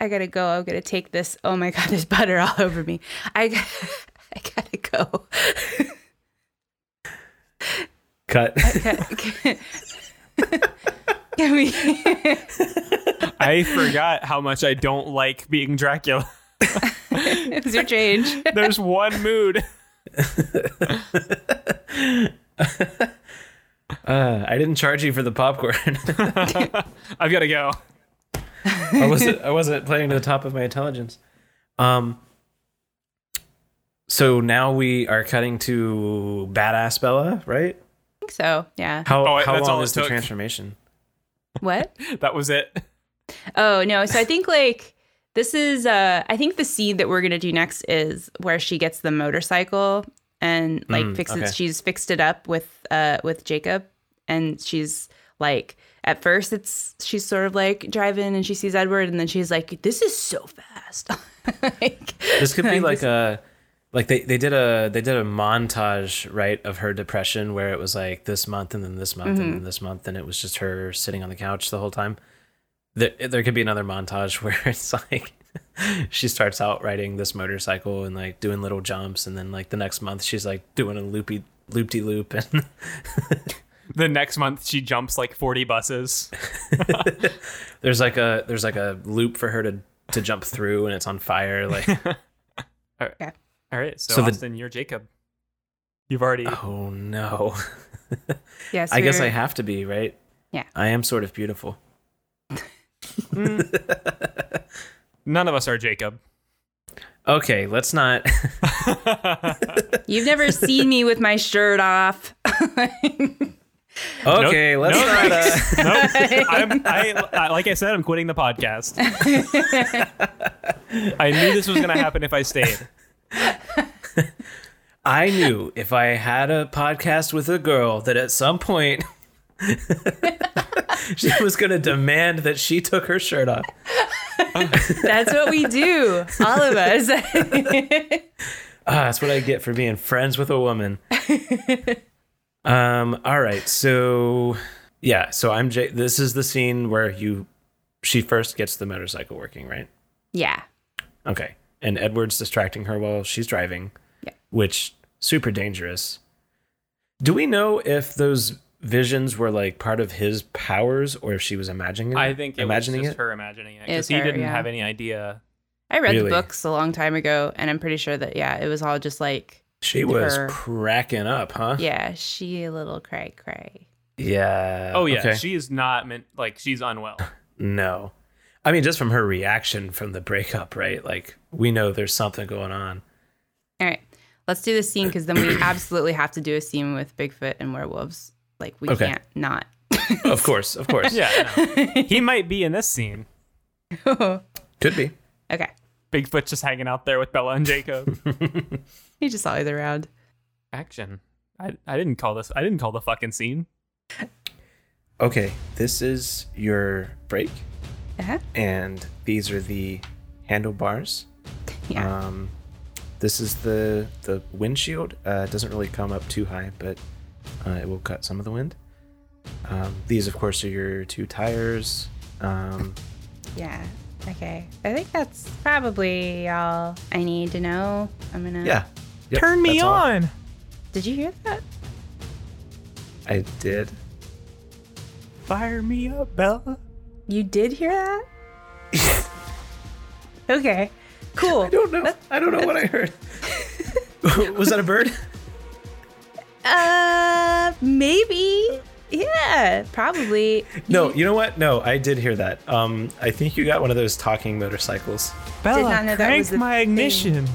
Speaker 3: I gotta go. I'm gonna take this. Oh my god, there's butter all over me. I, g- I gotta go.
Speaker 2: Cut.
Speaker 3: Can, can we?
Speaker 1: I forgot how much I don't like being Dracula.
Speaker 3: it was your change.
Speaker 1: There's one mood.
Speaker 2: Uh, I didn't charge you for the popcorn.
Speaker 1: I've got to go.
Speaker 2: I wasn't. I wasn't playing to the top of my intelligence. Um. So now we are cutting to badass Bella, right?
Speaker 3: think so. Yeah.
Speaker 2: How
Speaker 1: Oh,
Speaker 2: how
Speaker 1: that's all
Speaker 2: long
Speaker 1: it
Speaker 2: is the
Speaker 1: took.
Speaker 2: transformation?
Speaker 3: What?
Speaker 1: That was it.
Speaker 3: Oh no. So I think like this is. Uh, I think the seed that we're gonna do next is where she gets the motorcycle and like
Speaker 2: Mm,
Speaker 3: fixes.
Speaker 2: okay.
Speaker 3: She's fixed it up with uh with Jacob, and she's like. At first, it's she's sort of like driving, and she sees Edward, and then she's like, "This is so fast." like,
Speaker 2: This could be like a like they, they did a they did a montage right of her depression where it was like this month and then this month and then this month and it was just her sitting on the couch the whole time. There, there could be another montage where it's like she starts out riding this motorcycle and like doing little jumps and then like the next month she's like doing a loopy loop de loop and
Speaker 1: The next month, she jumps like 40 buses.
Speaker 2: there's like a there's like a loop for her to to jump through and it's on fire like
Speaker 1: All right, so,
Speaker 2: So the-
Speaker 1: Austin, you're Jacob. You've already.
Speaker 2: oh no
Speaker 3: yes,
Speaker 2: I guess
Speaker 3: we're-
Speaker 2: I have to be, right?
Speaker 3: Yeah.
Speaker 2: I am sort of beautiful.
Speaker 1: None of us are Jacob.
Speaker 2: Okay, let's not.
Speaker 3: You've never seen me with my shirt off.
Speaker 2: okay, let's
Speaker 1: no
Speaker 2: not. Uh,
Speaker 1: thanks. Nope. I'm, I, I, like I said, I'm quitting the podcast. I knew this was going to happen if I stayed.
Speaker 2: I knew if I had a podcast with a girl that at some point she was going to demand that she took her shirt off.
Speaker 3: That's what we do, all of us.
Speaker 2: Ah, that's what I get for being friends with a woman. um. All right. So yeah. So I'm. J- this is the scene where you, she first gets the motorcycle working, right?
Speaker 3: yeah.
Speaker 2: Okay. And Edward's distracting her while she's driving,
Speaker 3: Yeah.
Speaker 2: which super dangerous. Do we know if those visions were like part of his powers or if she was imagining it?
Speaker 1: I think it
Speaker 2: imagining
Speaker 1: was just
Speaker 2: it.
Speaker 1: her imagining it
Speaker 3: It
Speaker 1: because
Speaker 3: was
Speaker 1: he
Speaker 3: her,
Speaker 1: didn't
Speaker 3: yeah.
Speaker 1: have any idea.
Speaker 3: I read
Speaker 2: Really?
Speaker 3: the books a long time ago, and I'm pretty sure that, yeah, it was all just like,
Speaker 2: She was
Speaker 3: her.
Speaker 2: cracking up, huh?
Speaker 3: yeah, she a little cray cray.
Speaker 2: Yeah.
Speaker 1: Oh yeah,
Speaker 2: Okay.
Speaker 1: she is not meant like she's unwell.
Speaker 2: no. I mean, just from her reaction from the breakup, right? Like we know there's something going on.
Speaker 3: All right. Let's do this scene because then we absolutely have to do a scene with Bigfoot and werewolves. Like, we
Speaker 2: Okay.
Speaker 3: can't not.
Speaker 2: of course, of course.
Speaker 1: Yeah, no. he might be in this scene.
Speaker 2: Could be.
Speaker 3: okay.
Speaker 1: Bigfoot just hanging out there with Bella and Jacob.
Speaker 3: You just always around.
Speaker 1: Action. I, I didn't call this. I didn't call the fucking scene.
Speaker 2: Okay, this is your break
Speaker 3: Uh-huh.
Speaker 2: and these are the handlebars.
Speaker 3: Yeah.
Speaker 2: Um, this is the the windshield. Uh, it doesn't really come up too high, but uh, it will cut some of the wind. Um, these, of course, are your two tires. Um,
Speaker 3: yeah. Okay. I think that's probably all I need to know. I'm going to.
Speaker 2: yeah. Yep,
Speaker 1: Turn me
Speaker 2: that's all.
Speaker 1: on.
Speaker 3: Did you hear that?
Speaker 2: I did.
Speaker 1: Fire me up, Bella.
Speaker 3: You did hear that? okay. Cool.
Speaker 2: I don't know. I don't know what I heard. Was that a bird?
Speaker 3: Uh, maybe. Yeah, probably.
Speaker 2: No. You know what? No, I did hear that. Um, I think you got one of those talking motorcycles.
Speaker 3: not know
Speaker 1: Bella,
Speaker 3: that
Speaker 1: crank
Speaker 3: was a
Speaker 1: my
Speaker 3: thing.
Speaker 1: ignition.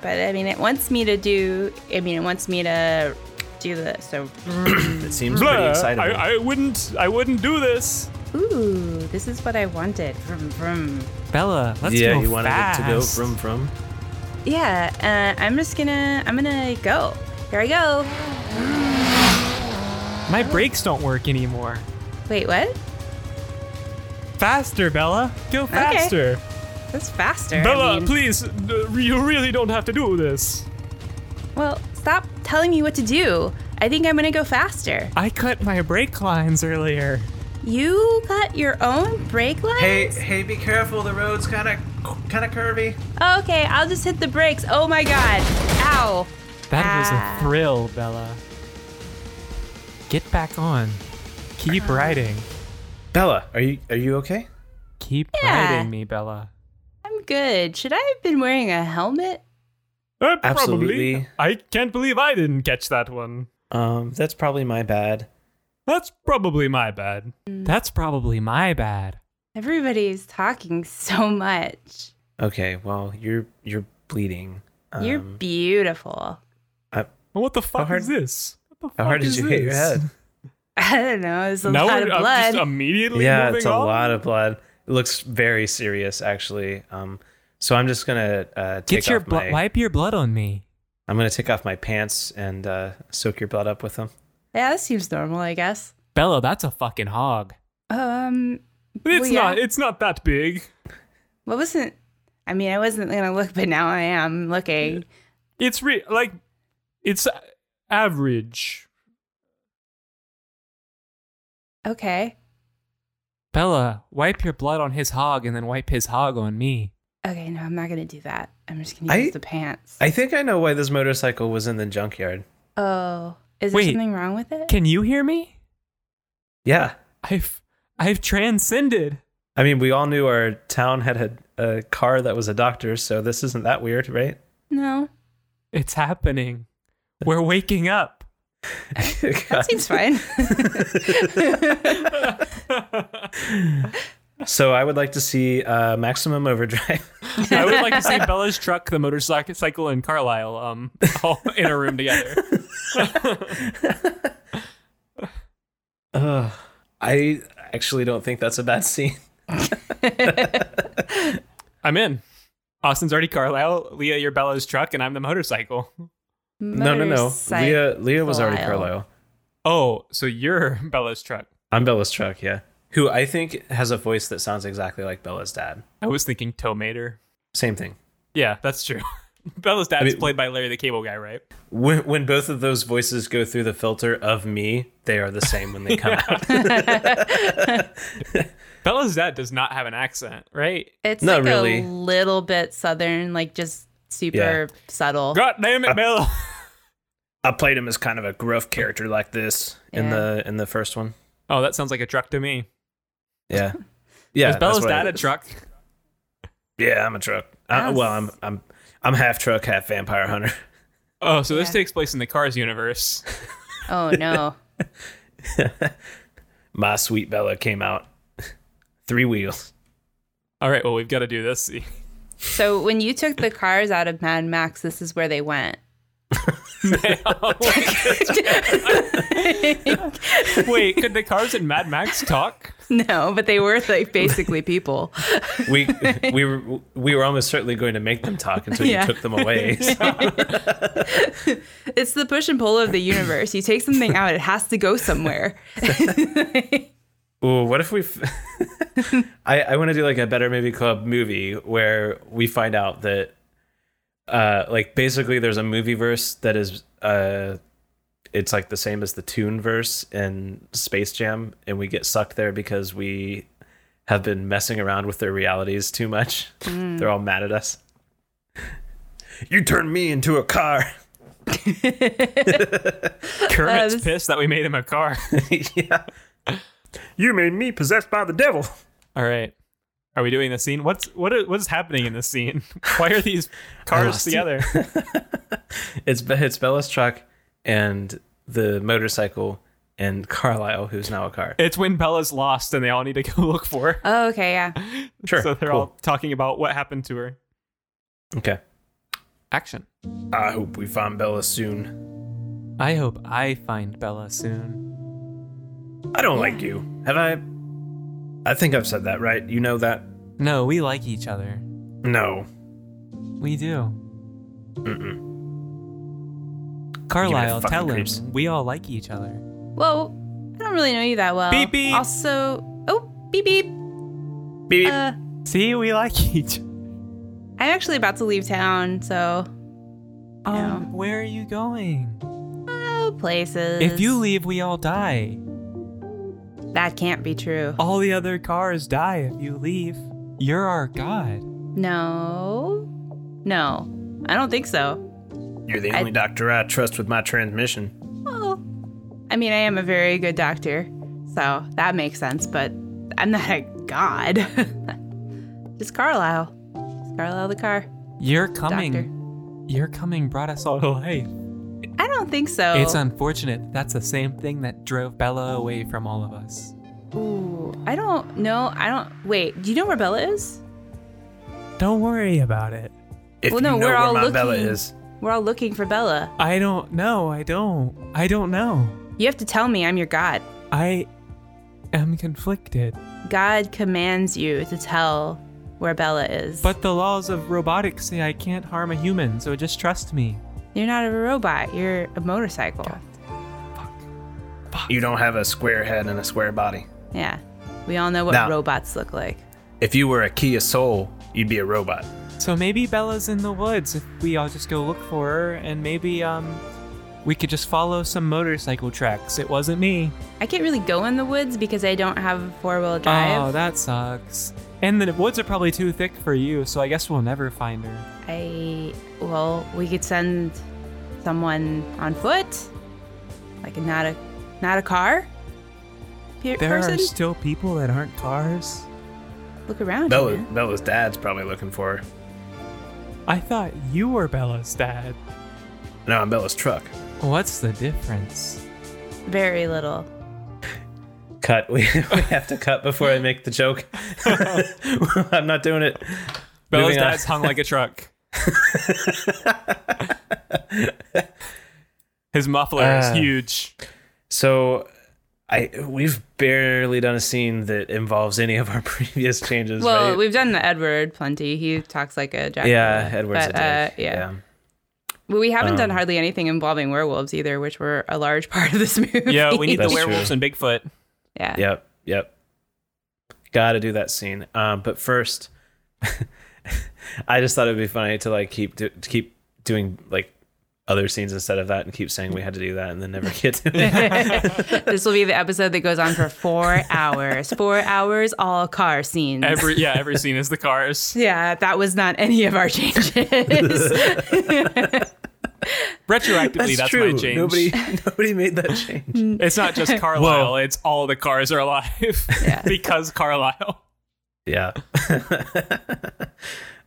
Speaker 3: But I mean, it wants me to do. I mean, it wants me to do the. So,
Speaker 2: It seems pretty
Speaker 1: Blah,
Speaker 2: exciting.
Speaker 1: I, I wouldn't. I wouldn't do this.
Speaker 3: ooh, this is what I wanted. Vroom, vroom.
Speaker 1: Bella, let's
Speaker 2: yeah,
Speaker 1: go
Speaker 2: you wanted it to go
Speaker 1: fast.
Speaker 2: from from.
Speaker 3: Yeah. Uh, I'm just gonna. I'm gonna go. Here I go.
Speaker 1: My brakes don't work anymore.
Speaker 3: Wait, what?
Speaker 1: Faster, Bella. Go faster.
Speaker 3: That's faster.
Speaker 1: Bella,
Speaker 3: I mean,
Speaker 1: please. uh, You really don't have to do this.
Speaker 3: Well, stop telling me what to do. I think I'm gonna go faster.
Speaker 1: I cut my brake lines earlier.
Speaker 3: You got your own brake lights?
Speaker 2: Hey, hey, be careful. The road's kind of kind of curvy.
Speaker 3: Oh, okay, I'll just hit the brakes. Oh my god. Ow.
Speaker 4: That was
Speaker 3: Ah.
Speaker 4: a thrill, Bella. Get back on.
Speaker 3: Uh-huh.
Speaker 4: Keep riding.
Speaker 2: Bella, are you are you okay?
Speaker 4: Keep
Speaker 3: Yeah.
Speaker 4: riding me, Bella.
Speaker 3: I'm good. Should I have been wearing a helmet?
Speaker 4: Uh, probably.
Speaker 2: Absolutely.
Speaker 4: I can't believe I didn't catch that one.
Speaker 2: Um, that's probably my bad.
Speaker 4: That's probably my bad. That's probably my bad.
Speaker 3: Everybody is talking so much.
Speaker 2: Okay, well, you're you're bleeding. Um,
Speaker 3: You're beautiful.
Speaker 2: I,
Speaker 4: Well, what the fuck
Speaker 2: hard-
Speaker 4: is this? What the
Speaker 2: how
Speaker 4: fuck
Speaker 2: hard did
Speaker 4: is
Speaker 2: you hit your
Speaker 4: this?
Speaker 2: head?
Speaker 3: I don't know. It's a
Speaker 4: Now
Speaker 3: lot
Speaker 4: we're
Speaker 3: of
Speaker 4: I'm
Speaker 3: blood.
Speaker 4: just um, immediately
Speaker 2: yeah,
Speaker 4: moving
Speaker 2: it's a
Speaker 4: on?
Speaker 2: lot of blood. It looks very serious, actually. Um, so I'm just gonna uh, take
Speaker 4: Get your
Speaker 2: off
Speaker 4: blood.
Speaker 2: my.
Speaker 4: Wipe your blood on me.
Speaker 2: I'm gonna take off my pants and uh, soak your blood up with them.
Speaker 3: yeah, that seems normal, I guess.
Speaker 4: Bella, that's a fucking hog.
Speaker 3: Um,
Speaker 4: It's
Speaker 3: Well, yeah.
Speaker 4: not. It's not that big.
Speaker 3: what wasn't? I mean, I wasn't gonna look, but now I am looking.
Speaker 4: It's re- like it's a- average.
Speaker 3: Okay.
Speaker 4: Bella, wipe your blood on his hog and then wipe his hog on me.
Speaker 3: Okay. No, I'm not gonna do that. I'm just gonna
Speaker 2: I-
Speaker 3: use the pants.
Speaker 2: I think I know why this motorcycle was in the junkyard.
Speaker 3: oh, is there
Speaker 4: Wait.
Speaker 3: something wrong with it?
Speaker 4: Can you hear me?
Speaker 2: Yeah,
Speaker 4: I've I've transcended.
Speaker 2: I mean, we all knew our town had a, a car that was a doctor, so this isn't that weird, right?
Speaker 3: no,
Speaker 4: It's happening. We're waking up.
Speaker 3: that seems fine.
Speaker 2: so I would like to see uh, Maximum Overdrive.
Speaker 4: I would like to see Bella's truck, the motorcycle, and Carlisle um all in a room together.
Speaker 2: Ugh. I actually don't think that's a bad scene.
Speaker 4: I'm in. Austin's already Carlisle. Leah, you're Bella's truck, and I'm the motorcycle.
Speaker 2: No, no, no. uh, Leah, Leah was already
Speaker 3: Motorcycle.
Speaker 2: Carlisle.
Speaker 4: Oh, so you're Bella's truck.
Speaker 2: I'm Bella's truck, yeah. Who I think has a voice that sounds exactly like Bella's dad.
Speaker 4: I was thinking Tomater.
Speaker 2: Same thing.
Speaker 4: Yeah, that's true. Bella's dad is
Speaker 2: mean-
Speaker 4: played by Larry the Cable Guy, right?
Speaker 2: When, when both of those voices go through the filter of me, they are the same when they come out.
Speaker 4: Bella's dad does not have an accent, right?
Speaker 3: It's
Speaker 2: Not
Speaker 3: like
Speaker 2: really.
Speaker 3: a little bit southern, like just super subtle.
Speaker 4: God damn it, Bella!
Speaker 2: I played him as kind of a gruff character like this in
Speaker 3: Yeah.
Speaker 2: the in the first one.
Speaker 4: Oh, that sounds like a truck to me.
Speaker 2: Yeah, yeah.
Speaker 4: is
Speaker 2: that's
Speaker 4: Bella's
Speaker 2: what
Speaker 4: dad
Speaker 2: I-
Speaker 4: a truck?
Speaker 2: Yeah, I'm a truck. I,
Speaker 3: Yes.
Speaker 2: well, I'm I'm I'm half truck, half vampire hunter.
Speaker 4: Oh, so this
Speaker 3: Yeah.
Speaker 4: takes place in the Cars universe.
Speaker 3: Oh no.
Speaker 2: My sweet Bella came out three wheels.
Speaker 4: All right, well, we've got to do this.
Speaker 3: so when you took the cars out of Mad Max, this is where they went.
Speaker 4: Wait, could the cars in Mad Max talk?
Speaker 3: No, but they were like basically people.
Speaker 2: We we were we were almost certainly going to make them talk until
Speaker 3: Yeah.
Speaker 2: you took them away.
Speaker 3: It's the push and pull of the universe. You take something out, it has to go somewhere.
Speaker 2: Ooh, what if we? F- I I want to do like a better movie club movie where we find out that, uh, like basically there's a movie verse that is uh, it's like the same as the tune verse in Space Jam, and we get sucked there because we have been messing around with their realities too much. They're all mad at us. You turned me into a car.
Speaker 4: Kermit's
Speaker 3: Uh, this-
Speaker 4: pissed that we made him a car.
Speaker 2: yeah. You made me possessed by the devil.
Speaker 4: All right. Are we doing the scene? What's what is, what is happening in this scene? Why are these cars
Speaker 2: lost it.
Speaker 4: together?
Speaker 2: It's Be- it's Bella's truck and the motorcycle and Carlisle, who's now a car.
Speaker 4: It's when Bella's lost and they all need to go look for her.
Speaker 3: Oh, okay, yeah.
Speaker 2: Sure,
Speaker 4: so they're
Speaker 2: cool.
Speaker 4: all talking about what happened to her.
Speaker 2: Okay.
Speaker 4: Action.
Speaker 2: I hope we find Bella soon.
Speaker 4: I hope I find Bella soon.
Speaker 2: I don't like you. Have I? I think I've said that right. You know that?
Speaker 4: No, we like each other.
Speaker 2: No.
Speaker 4: We do.
Speaker 2: Mm-mm.
Speaker 4: Carlisle,
Speaker 2: fucking
Speaker 4: tell him
Speaker 2: creeps.
Speaker 4: we all like each other.
Speaker 3: Well, I don't really know you that well.
Speaker 4: Beep, beep.
Speaker 3: Also, oh, beep beep.
Speaker 2: Beep.
Speaker 3: Uh,
Speaker 4: See, we like each.
Speaker 3: I'm actually about to leave town, so
Speaker 4: Um, where are you going?
Speaker 3: oh, places.
Speaker 4: If you leave, we all die.
Speaker 3: That can't be true.
Speaker 4: All the other cars die if you leave. You're our god.
Speaker 3: No. No. I don't think so.
Speaker 2: You're the only doctor I trust with my transmission.
Speaker 3: Well, I mean, I am a very good doctor, so that makes sense, but I'm not a god. Just Carlisle. Just Carlisle the car.
Speaker 4: You're coming.
Speaker 3: Doctor.
Speaker 4: Your coming brought us all to life.
Speaker 3: I don't think so.
Speaker 4: It's unfortunate. That's the same thing that drove Bella away from all of us.
Speaker 3: Ooh, I don't know. I don't. Wait, do you know where Bella is?
Speaker 4: Don't worry about it.
Speaker 2: If
Speaker 3: Well, no,
Speaker 2: you know
Speaker 3: we're
Speaker 2: where
Speaker 3: all
Speaker 2: my
Speaker 3: looking.
Speaker 2: Bella is,
Speaker 3: We're all looking for Bella.
Speaker 4: I don't know. I don't. I don't know.
Speaker 3: You have to tell me I'm your god.
Speaker 4: I am conflicted.
Speaker 3: God commands you to tell where Bella is.
Speaker 4: But the laws of robotics say I can't harm a human, so just trust me.
Speaker 3: you're not a robot. You're a motorcycle.
Speaker 2: you don't have a square head and a square body.
Speaker 3: Yeah. We all know what
Speaker 2: Now-
Speaker 3: robots look like.
Speaker 2: If you were a Kia Soul, you'd be a robot.
Speaker 4: So maybe Bella's in the woods if we all just go look for her, and maybe um, we could just follow some motorcycle tracks. It wasn't me.
Speaker 3: I can't really go in the woods because I don't have a four-wheel
Speaker 4: Oh,
Speaker 3: drive.
Speaker 4: that sucks. And the woods are probably too thick for you, so I guess we'll never find her.
Speaker 3: I well, we could send someone on foot, like not a not a car. Pe-
Speaker 4: There
Speaker 3: person,
Speaker 4: are still people that aren't cars.
Speaker 3: look around.
Speaker 2: Bella,
Speaker 3: you, man.
Speaker 2: Bella's dad's probably looking for her.
Speaker 4: I thought you were Bella's dad.
Speaker 2: No, I'm Bella's truck.
Speaker 4: What's the difference?
Speaker 3: Very little.
Speaker 2: Cut. We, we have to cut before I make the joke. I'm not doing it.
Speaker 1: Bella's
Speaker 2: Moving on.
Speaker 1: dad's hung like a truck. His muffler
Speaker 2: Ah.
Speaker 1: is huge.
Speaker 2: So, I we've barely done a scene that involves any of our previous changes.
Speaker 3: Well,
Speaker 2: right?
Speaker 3: we've done the Edward plenty. He talks like a jack.
Speaker 2: yeah, Edward's a
Speaker 3: but,
Speaker 2: dick.
Speaker 3: uh, yeah. Well, we haven't done hardly anything involving werewolves either, which were a large part of this movie.
Speaker 1: Yeah, we need the
Speaker 2: That's
Speaker 1: werewolves
Speaker 2: true.
Speaker 1: and Bigfoot.
Speaker 3: yeah.
Speaker 2: Yep. Yep. Got to do that scene. Um, but first, I just thought it'd be funny to like keep do, to keep doing like other scenes instead of that, and keep saying we had to do that, and then never get to it.
Speaker 3: this will be the episode that goes on for four hours. Four hours, all car scenes.
Speaker 1: Every yeah, every scene is the cars.
Speaker 3: yeah, that was not any of our changes.
Speaker 1: Retroactively, that's, my change.
Speaker 2: Nobody nobody made that change.
Speaker 1: It's not just Carlisle; it's all the cars are alive because Carlisle.
Speaker 2: yeah.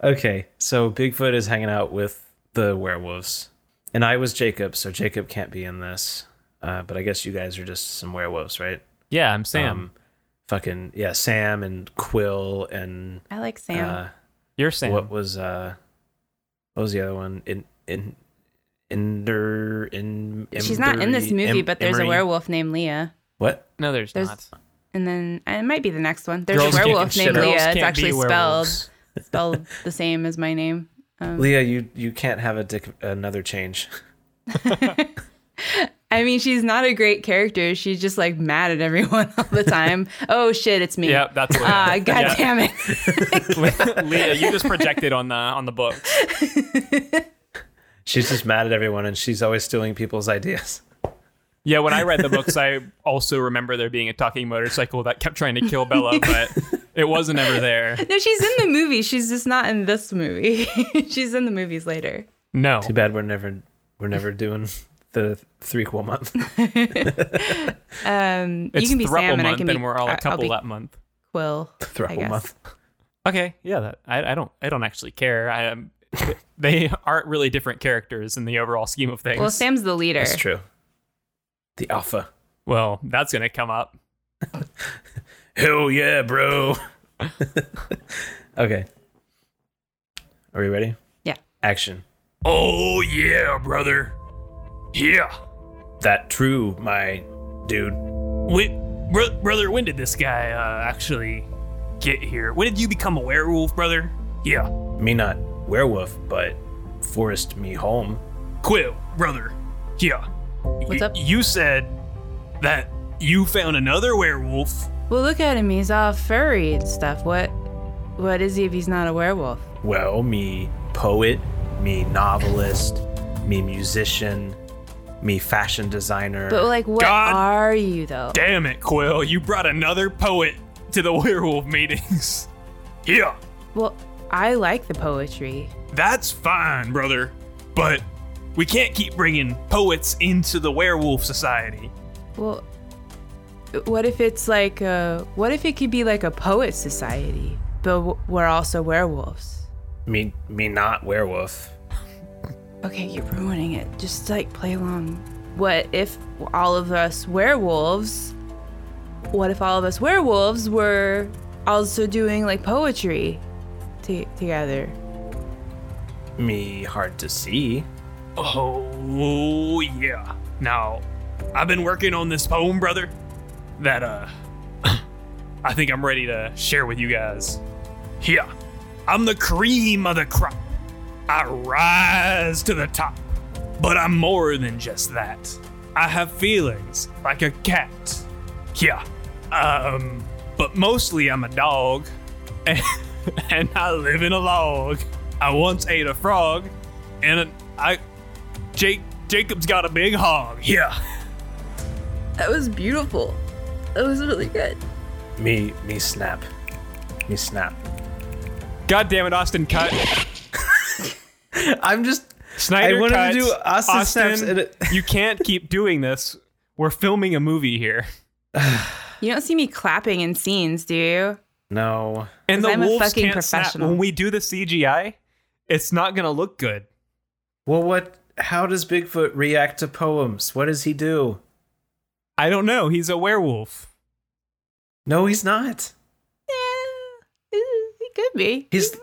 Speaker 2: okay. So Bigfoot is hanging out with the werewolves, and I was Jacob, so Jacob can't be in this. Uh, but I guess you guys are just some werewolves, right?
Speaker 1: Yeah, I'm Sam.
Speaker 2: Um, fucking yeah, Sam and Quill and
Speaker 3: I like Sam.
Speaker 2: uh,
Speaker 1: You're Sam.
Speaker 2: what was uh, what was the other one? In in Ender in.
Speaker 3: She's not in this
Speaker 2: Emery-
Speaker 3: movie,
Speaker 2: Em-
Speaker 3: but there's
Speaker 2: Emery-
Speaker 3: a werewolf named Leah.
Speaker 2: What?
Speaker 1: no, there's,
Speaker 3: There's-
Speaker 1: not.
Speaker 3: And then uh, it might be the next one. There's
Speaker 1: Girls
Speaker 3: a
Speaker 1: can't
Speaker 3: werewolf
Speaker 1: get
Speaker 3: named
Speaker 1: shit. Girls
Speaker 3: Leah.
Speaker 1: can't
Speaker 3: It's
Speaker 1: be
Speaker 3: actually spelled
Speaker 1: werewolves.
Speaker 3: spelled the same as my name. Um,
Speaker 2: Leah, you you can't have a dick another change.
Speaker 3: I mean, she's not a great character. She's just like mad at everyone all the time. oh shit, it's me.
Speaker 1: Yep, that's what.
Speaker 3: Ah, god
Speaker 1: yeah.
Speaker 3: damn it.
Speaker 1: Leah, you just projected on the on the books.
Speaker 2: She's just mad at everyone, and she's always stealing people's ideas.
Speaker 1: Yeah, when I read the books, I also remember there being a talking motorcycle that kept trying to kill Bella, but it wasn't ever there.
Speaker 3: No, she's in the movie. She's just not in this movie. she's in the movies later.
Speaker 1: No,
Speaker 2: Too bad we're never we're never doing the three cool month.
Speaker 3: Um,
Speaker 1: it's
Speaker 3: you can be
Speaker 1: thruple
Speaker 3: Sam and I
Speaker 1: month,
Speaker 3: can be
Speaker 1: and we're all
Speaker 3: I-
Speaker 1: a
Speaker 3: I'll
Speaker 1: couple
Speaker 3: be
Speaker 1: that month.
Speaker 3: Quill. I
Speaker 2: Throuple
Speaker 3: guess.
Speaker 2: month.
Speaker 1: Okay, yeah, that, I, I don't, I don't actually care. I am. They aren't really different characters in the overall scheme of things.
Speaker 3: Well, Sam's the leader.
Speaker 2: That's true. The alpha.
Speaker 1: Well, that's gonna come up.
Speaker 2: Hell yeah, bro. okay. Are we ready?
Speaker 3: Yeah.
Speaker 2: Action.
Speaker 1: Oh yeah, brother. Yeah.
Speaker 2: That true, my dude.
Speaker 1: Wait, bro- brother, when did this guy uh, actually get here? When did you become a werewolf, brother? Yeah.
Speaker 2: Me not werewolf, but forced me home.
Speaker 1: Quill, brother. Yeah.
Speaker 3: What's up?
Speaker 1: You said that you found another werewolf.
Speaker 3: Well, look at him. He's all furry and stuff. What? What is he if he's not a werewolf?
Speaker 2: Well, me poet, me novelist, me musician, me fashion designer.
Speaker 3: But like, what
Speaker 1: God
Speaker 3: are you though?
Speaker 1: Damn it, Quill. You brought another poet to the werewolf meetings. yeah,
Speaker 3: Well, I like the poetry.
Speaker 1: that's fine, brother. But we can't keep bringing poets into the werewolf society.
Speaker 3: Well, what if it's like a what if it could be like a poet society, but w- we're also werewolves?
Speaker 2: me, me not werewolf.
Speaker 3: Okay, you're ruining it. Just like play along. What if all of us werewolves? What if all of us werewolves were also doing like poetry to- together?
Speaker 2: Me hard to see.
Speaker 1: Oh yeah. Now, I've been working on this poem, brother. That uh, I think I'm ready to share with you guys. Yeah, I'm the cream of the crop. I rise to the top, but I'm more than just that. I have feelings like a cat. Yeah, um, but mostly I'm a dog, and, and I live in a log. I once ate a frog, and I Jake Jacob's got a big hog. Yeah.
Speaker 3: That was beautiful. That was really good.
Speaker 2: Me, me snap. Me snap.
Speaker 1: God damn it, Austin cut.
Speaker 2: I'm just.
Speaker 1: Snyder
Speaker 2: I wanted
Speaker 1: cuts.
Speaker 2: to do Austin, snaps. And it,
Speaker 1: you can't keep doing this. We're filming a movie here.
Speaker 3: You don't see me clapping in scenes, do you?
Speaker 2: no.
Speaker 1: And the
Speaker 3: 'Cause I'm a
Speaker 1: wolves
Speaker 3: fucking
Speaker 1: can't snap.
Speaker 3: professional.
Speaker 1: When we do the CGI, it's not gonna look good.
Speaker 2: Well, what? How does Bigfoot react to poems? What does he do?
Speaker 1: I don't know. He's a werewolf.
Speaker 2: No, he's not.
Speaker 3: Yeah, it could be.
Speaker 2: He's.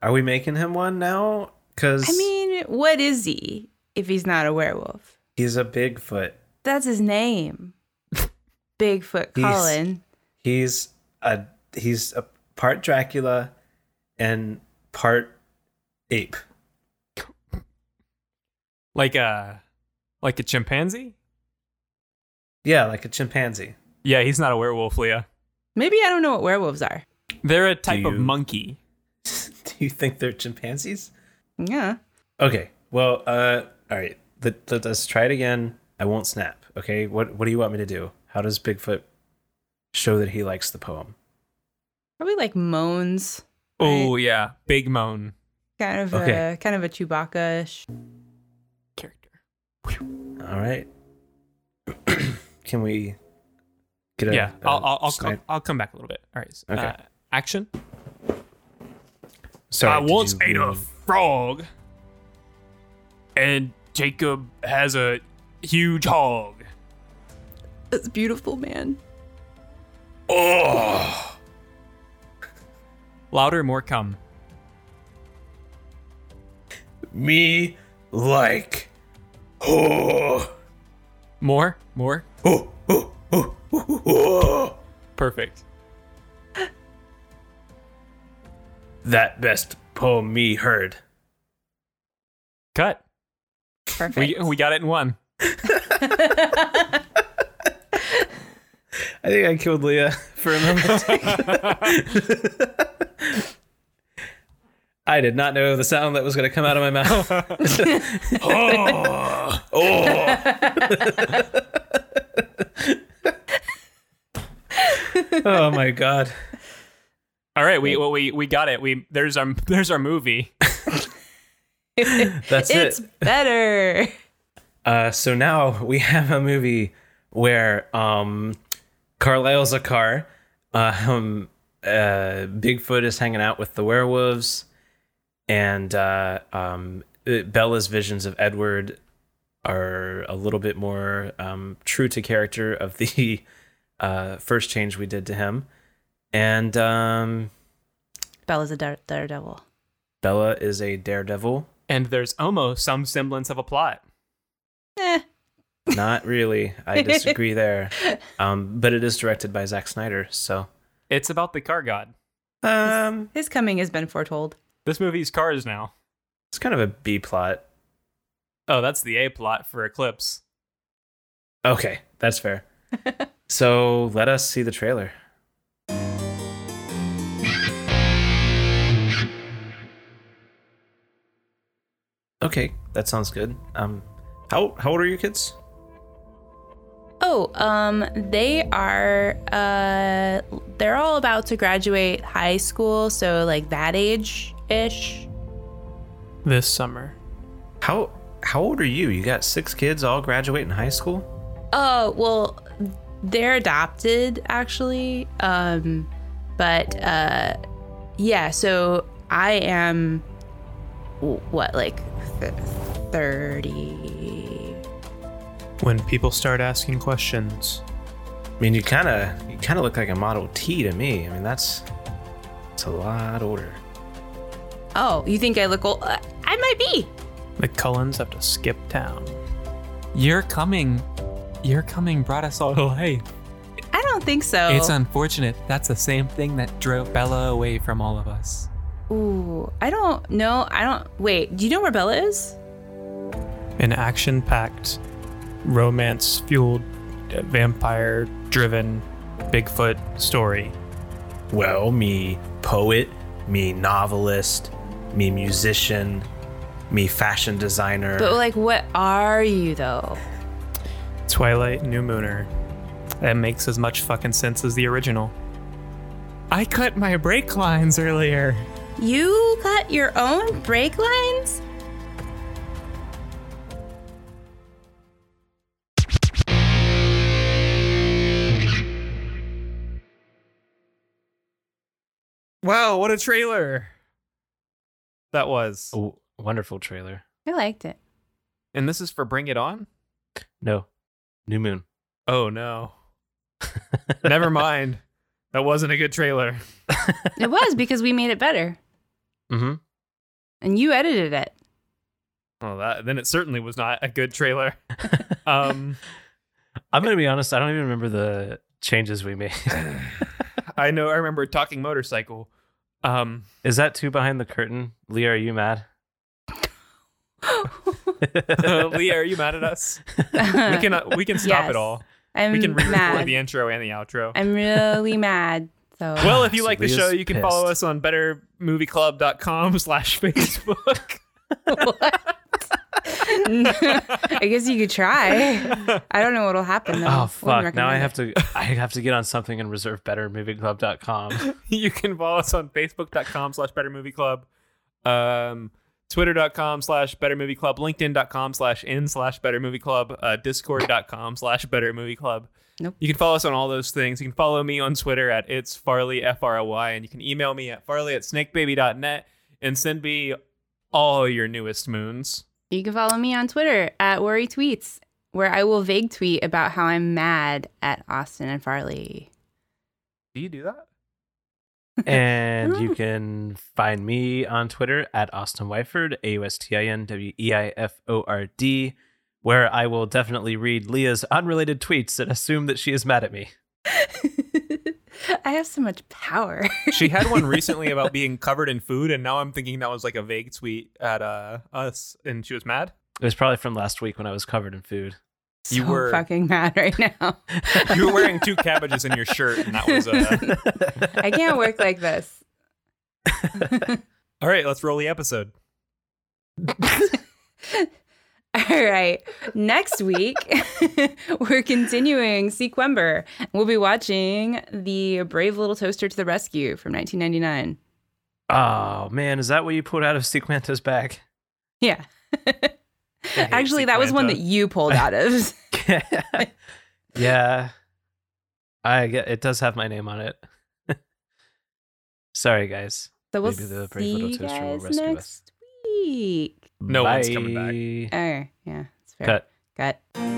Speaker 2: Are we making him one now? Because
Speaker 3: I mean, what is he if he's not a werewolf?
Speaker 2: he's a Bigfoot.
Speaker 3: That's his name. Bigfoot
Speaker 2: He's-
Speaker 3: Colin.
Speaker 2: He's a he's a part Dracula, and part ape.
Speaker 1: Like a like a chimpanzee?
Speaker 2: Yeah, like a chimpanzee.
Speaker 1: Yeah, he's not a werewolf, Leah.
Speaker 3: Maybe I don't know what werewolves are.
Speaker 1: They're a type of
Speaker 2: you-
Speaker 1: monkey.
Speaker 2: do you think they're chimpanzees?
Speaker 3: Yeah.
Speaker 2: Okay. Well, uh, all right. Let, let us try it again. I won't snap. Okay. What What do you want me to do? How does Bigfoot show that he likes the poem?
Speaker 3: Probably like moans.
Speaker 1: Oh yeah. Big moan
Speaker 3: Kind of
Speaker 2: Okay.
Speaker 3: a kind of a Chewbacca ish.
Speaker 1: character.
Speaker 2: All right. Can we get a
Speaker 1: Yeah, I'll
Speaker 2: a
Speaker 1: I'll, I'll,
Speaker 2: Snyder-
Speaker 1: come, I'll come back a little bit. All right.
Speaker 2: Okay.
Speaker 1: Uh, action.
Speaker 2: Sorry,
Speaker 1: I
Speaker 2: did
Speaker 1: once
Speaker 2: you
Speaker 1: ate a
Speaker 2: mean-
Speaker 1: frog, and Jacob has a huge hog.
Speaker 3: That's beautiful, man.
Speaker 1: Oh! Louder, more come.
Speaker 2: me like. Oh,
Speaker 1: More, more.
Speaker 2: oh, oh, oh, oh, oh.
Speaker 1: Perfect.
Speaker 2: That best poem me heard.
Speaker 1: Cut.
Speaker 3: Perfect.
Speaker 1: We, we got it in one.
Speaker 2: I think I killed Leah for a moment. I did not know the sound that was going to come out of my mouth. oh, oh. Oh my god.
Speaker 1: All right, we well, we we got it. We there's our there's our movie.
Speaker 2: That's
Speaker 3: it's
Speaker 2: it.
Speaker 3: better.
Speaker 2: Uh, so now we have a movie where um, Carlisle's a car. Um, uh, Bigfoot is hanging out with the werewolves, and uh, um, it- Bella's visions of Edward are a little bit more um, true to character of the uh, first change we did to him. And um,
Speaker 3: Bella's a dare- daredevil.
Speaker 2: Bella is a daredevil.
Speaker 1: And there's almost some semblance of a plot.
Speaker 3: Eh.
Speaker 2: Not really. I disagree there. Um, but it is directed by Zack Snyder, so.
Speaker 1: It's about the car god.
Speaker 2: Um,
Speaker 3: His coming has been foretold.
Speaker 1: This movie's cars now.
Speaker 2: it's kind of a B plot.
Speaker 1: Oh, that's the A plot for Eclipse.
Speaker 2: Okay, that's fair. so let us see the trailer. Okay, that sounds good. Um, how how old are your kids?
Speaker 3: Oh, um, they are. Uh, they're all about to graduate high school, so like that age ish.
Speaker 4: this summer.
Speaker 2: How how old are you? You got six kids all graduating high school?
Speaker 3: Oh well, they're adopted actually. Um, but uh, yeah. So I am w- what like th- thirty.
Speaker 4: When people start asking questions,
Speaker 2: I mean, you kind of you kind of look like a Model T to me. I mean, that's it's a lot older.
Speaker 3: Oh, you think I look old? Uh, I might be.
Speaker 4: the Cullens have to skip town. Your coming, your coming brought us all to life.
Speaker 3: I don't think so.
Speaker 4: It's unfortunate. That's the same thing that drove Bella away from all of us.
Speaker 3: Ooh, I don't know. I don't. Wait, do you know where Bella is?
Speaker 4: An action packed, romance fueled, vampire driven Bigfoot story.
Speaker 2: Well, me poet, me novelist, me musician, me fashion designer.
Speaker 3: But like, what are you though?
Speaker 4: Twilight New Mooner. That makes as much fucking sense as the original. I cut my brake lines earlier.
Speaker 3: You cut your own brake lines?
Speaker 1: Wow, what a trailer that was.
Speaker 2: Oh, wonderful trailer.
Speaker 3: I liked it.
Speaker 1: And this is for Bring It On?
Speaker 2: No, New Moon.
Speaker 1: Oh, no. Never mind. That wasn't a good trailer.
Speaker 3: It was because we made it better,
Speaker 2: Mm-hmm.
Speaker 3: and you edited it.
Speaker 1: Well, that then it certainly was not a good trailer. Um,
Speaker 2: I'm gonna be honest. I don't even remember the changes we made.
Speaker 1: I know. I remember talking motorcycle. Um,
Speaker 2: Is that two behind the curtain? Leah, are you mad?
Speaker 1: Leah, are you mad at us? We can uh, we can stop
Speaker 3: Yes.
Speaker 1: it all.
Speaker 3: I'm
Speaker 1: We can re-record
Speaker 3: mad.
Speaker 1: the intro and the outro.
Speaker 3: I'm really mad. So
Speaker 1: well, if you like the
Speaker 2: Leah's
Speaker 1: show, you can follow us
Speaker 2: pissed.
Speaker 1: on bettermovieclub.com slash Facebook.
Speaker 3: I guess you could try. I don't know what'll happen though.
Speaker 2: Oh fuck!
Speaker 3: Wouldn't
Speaker 2: Now I
Speaker 3: recommend
Speaker 2: have
Speaker 3: it.
Speaker 2: to. I have to get on something and reserve better movieclub.com.
Speaker 1: you can follow us on facebook.com slash better movie club um twitter.com slash better movie club linkedin.com slash in slash better movie club uh, discord.com slash better movie club
Speaker 3: Nope.
Speaker 1: you can follow us on all those things you can follow me on twitter at it's farley f-r-o-y and you can email me at farley at snakebaby.net and send me all your newest moons
Speaker 3: You can follow me on Twitter at Worry Tweets, where I will vague tweet about how I'm mad at Austin and Farley.
Speaker 1: do you do that
Speaker 2: and you can find me on Twitter at Austin Wyford, A U S T I N W E I F O R D, where I will definitely read Leah's unrelated tweets and assume that she is mad at me.
Speaker 3: I have so much power.
Speaker 1: she had one recently about being covered in food and now i'm thinking that was like a vague tweet at uh, us and she was mad
Speaker 2: It was probably from last week when I was covered in food.
Speaker 3: So
Speaker 1: You were-
Speaker 3: fucking mad right now.
Speaker 1: you were wearing two cabbages in your shirt and that was uh,
Speaker 3: I can't work like this.
Speaker 1: All right, let's roll the episode.
Speaker 3: All right. Next week, we're continuing Sequember. We'll be watching The Brave Little Toaster to the Rescue from 1999.
Speaker 2: Oh man, is that what you pulled out of Sequanto's bag?
Speaker 3: Yeah.
Speaker 1: hate
Speaker 3: Actually, that was one
Speaker 1: Sequanta.
Speaker 3: that you pulled out of.
Speaker 2: yeah, I get it. Does have my name on it. Sorry, guys.
Speaker 3: So we'll
Speaker 2: Maybe the Brave
Speaker 3: see
Speaker 2: Little
Speaker 3: you
Speaker 2: Toaster will
Speaker 3: guys
Speaker 2: rescue us.
Speaker 3: next week.
Speaker 1: No one's coming back.
Speaker 2: Bye.
Speaker 3: Oh, yeah, it's fair.
Speaker 2: Cut.
Speaker 3: Cut.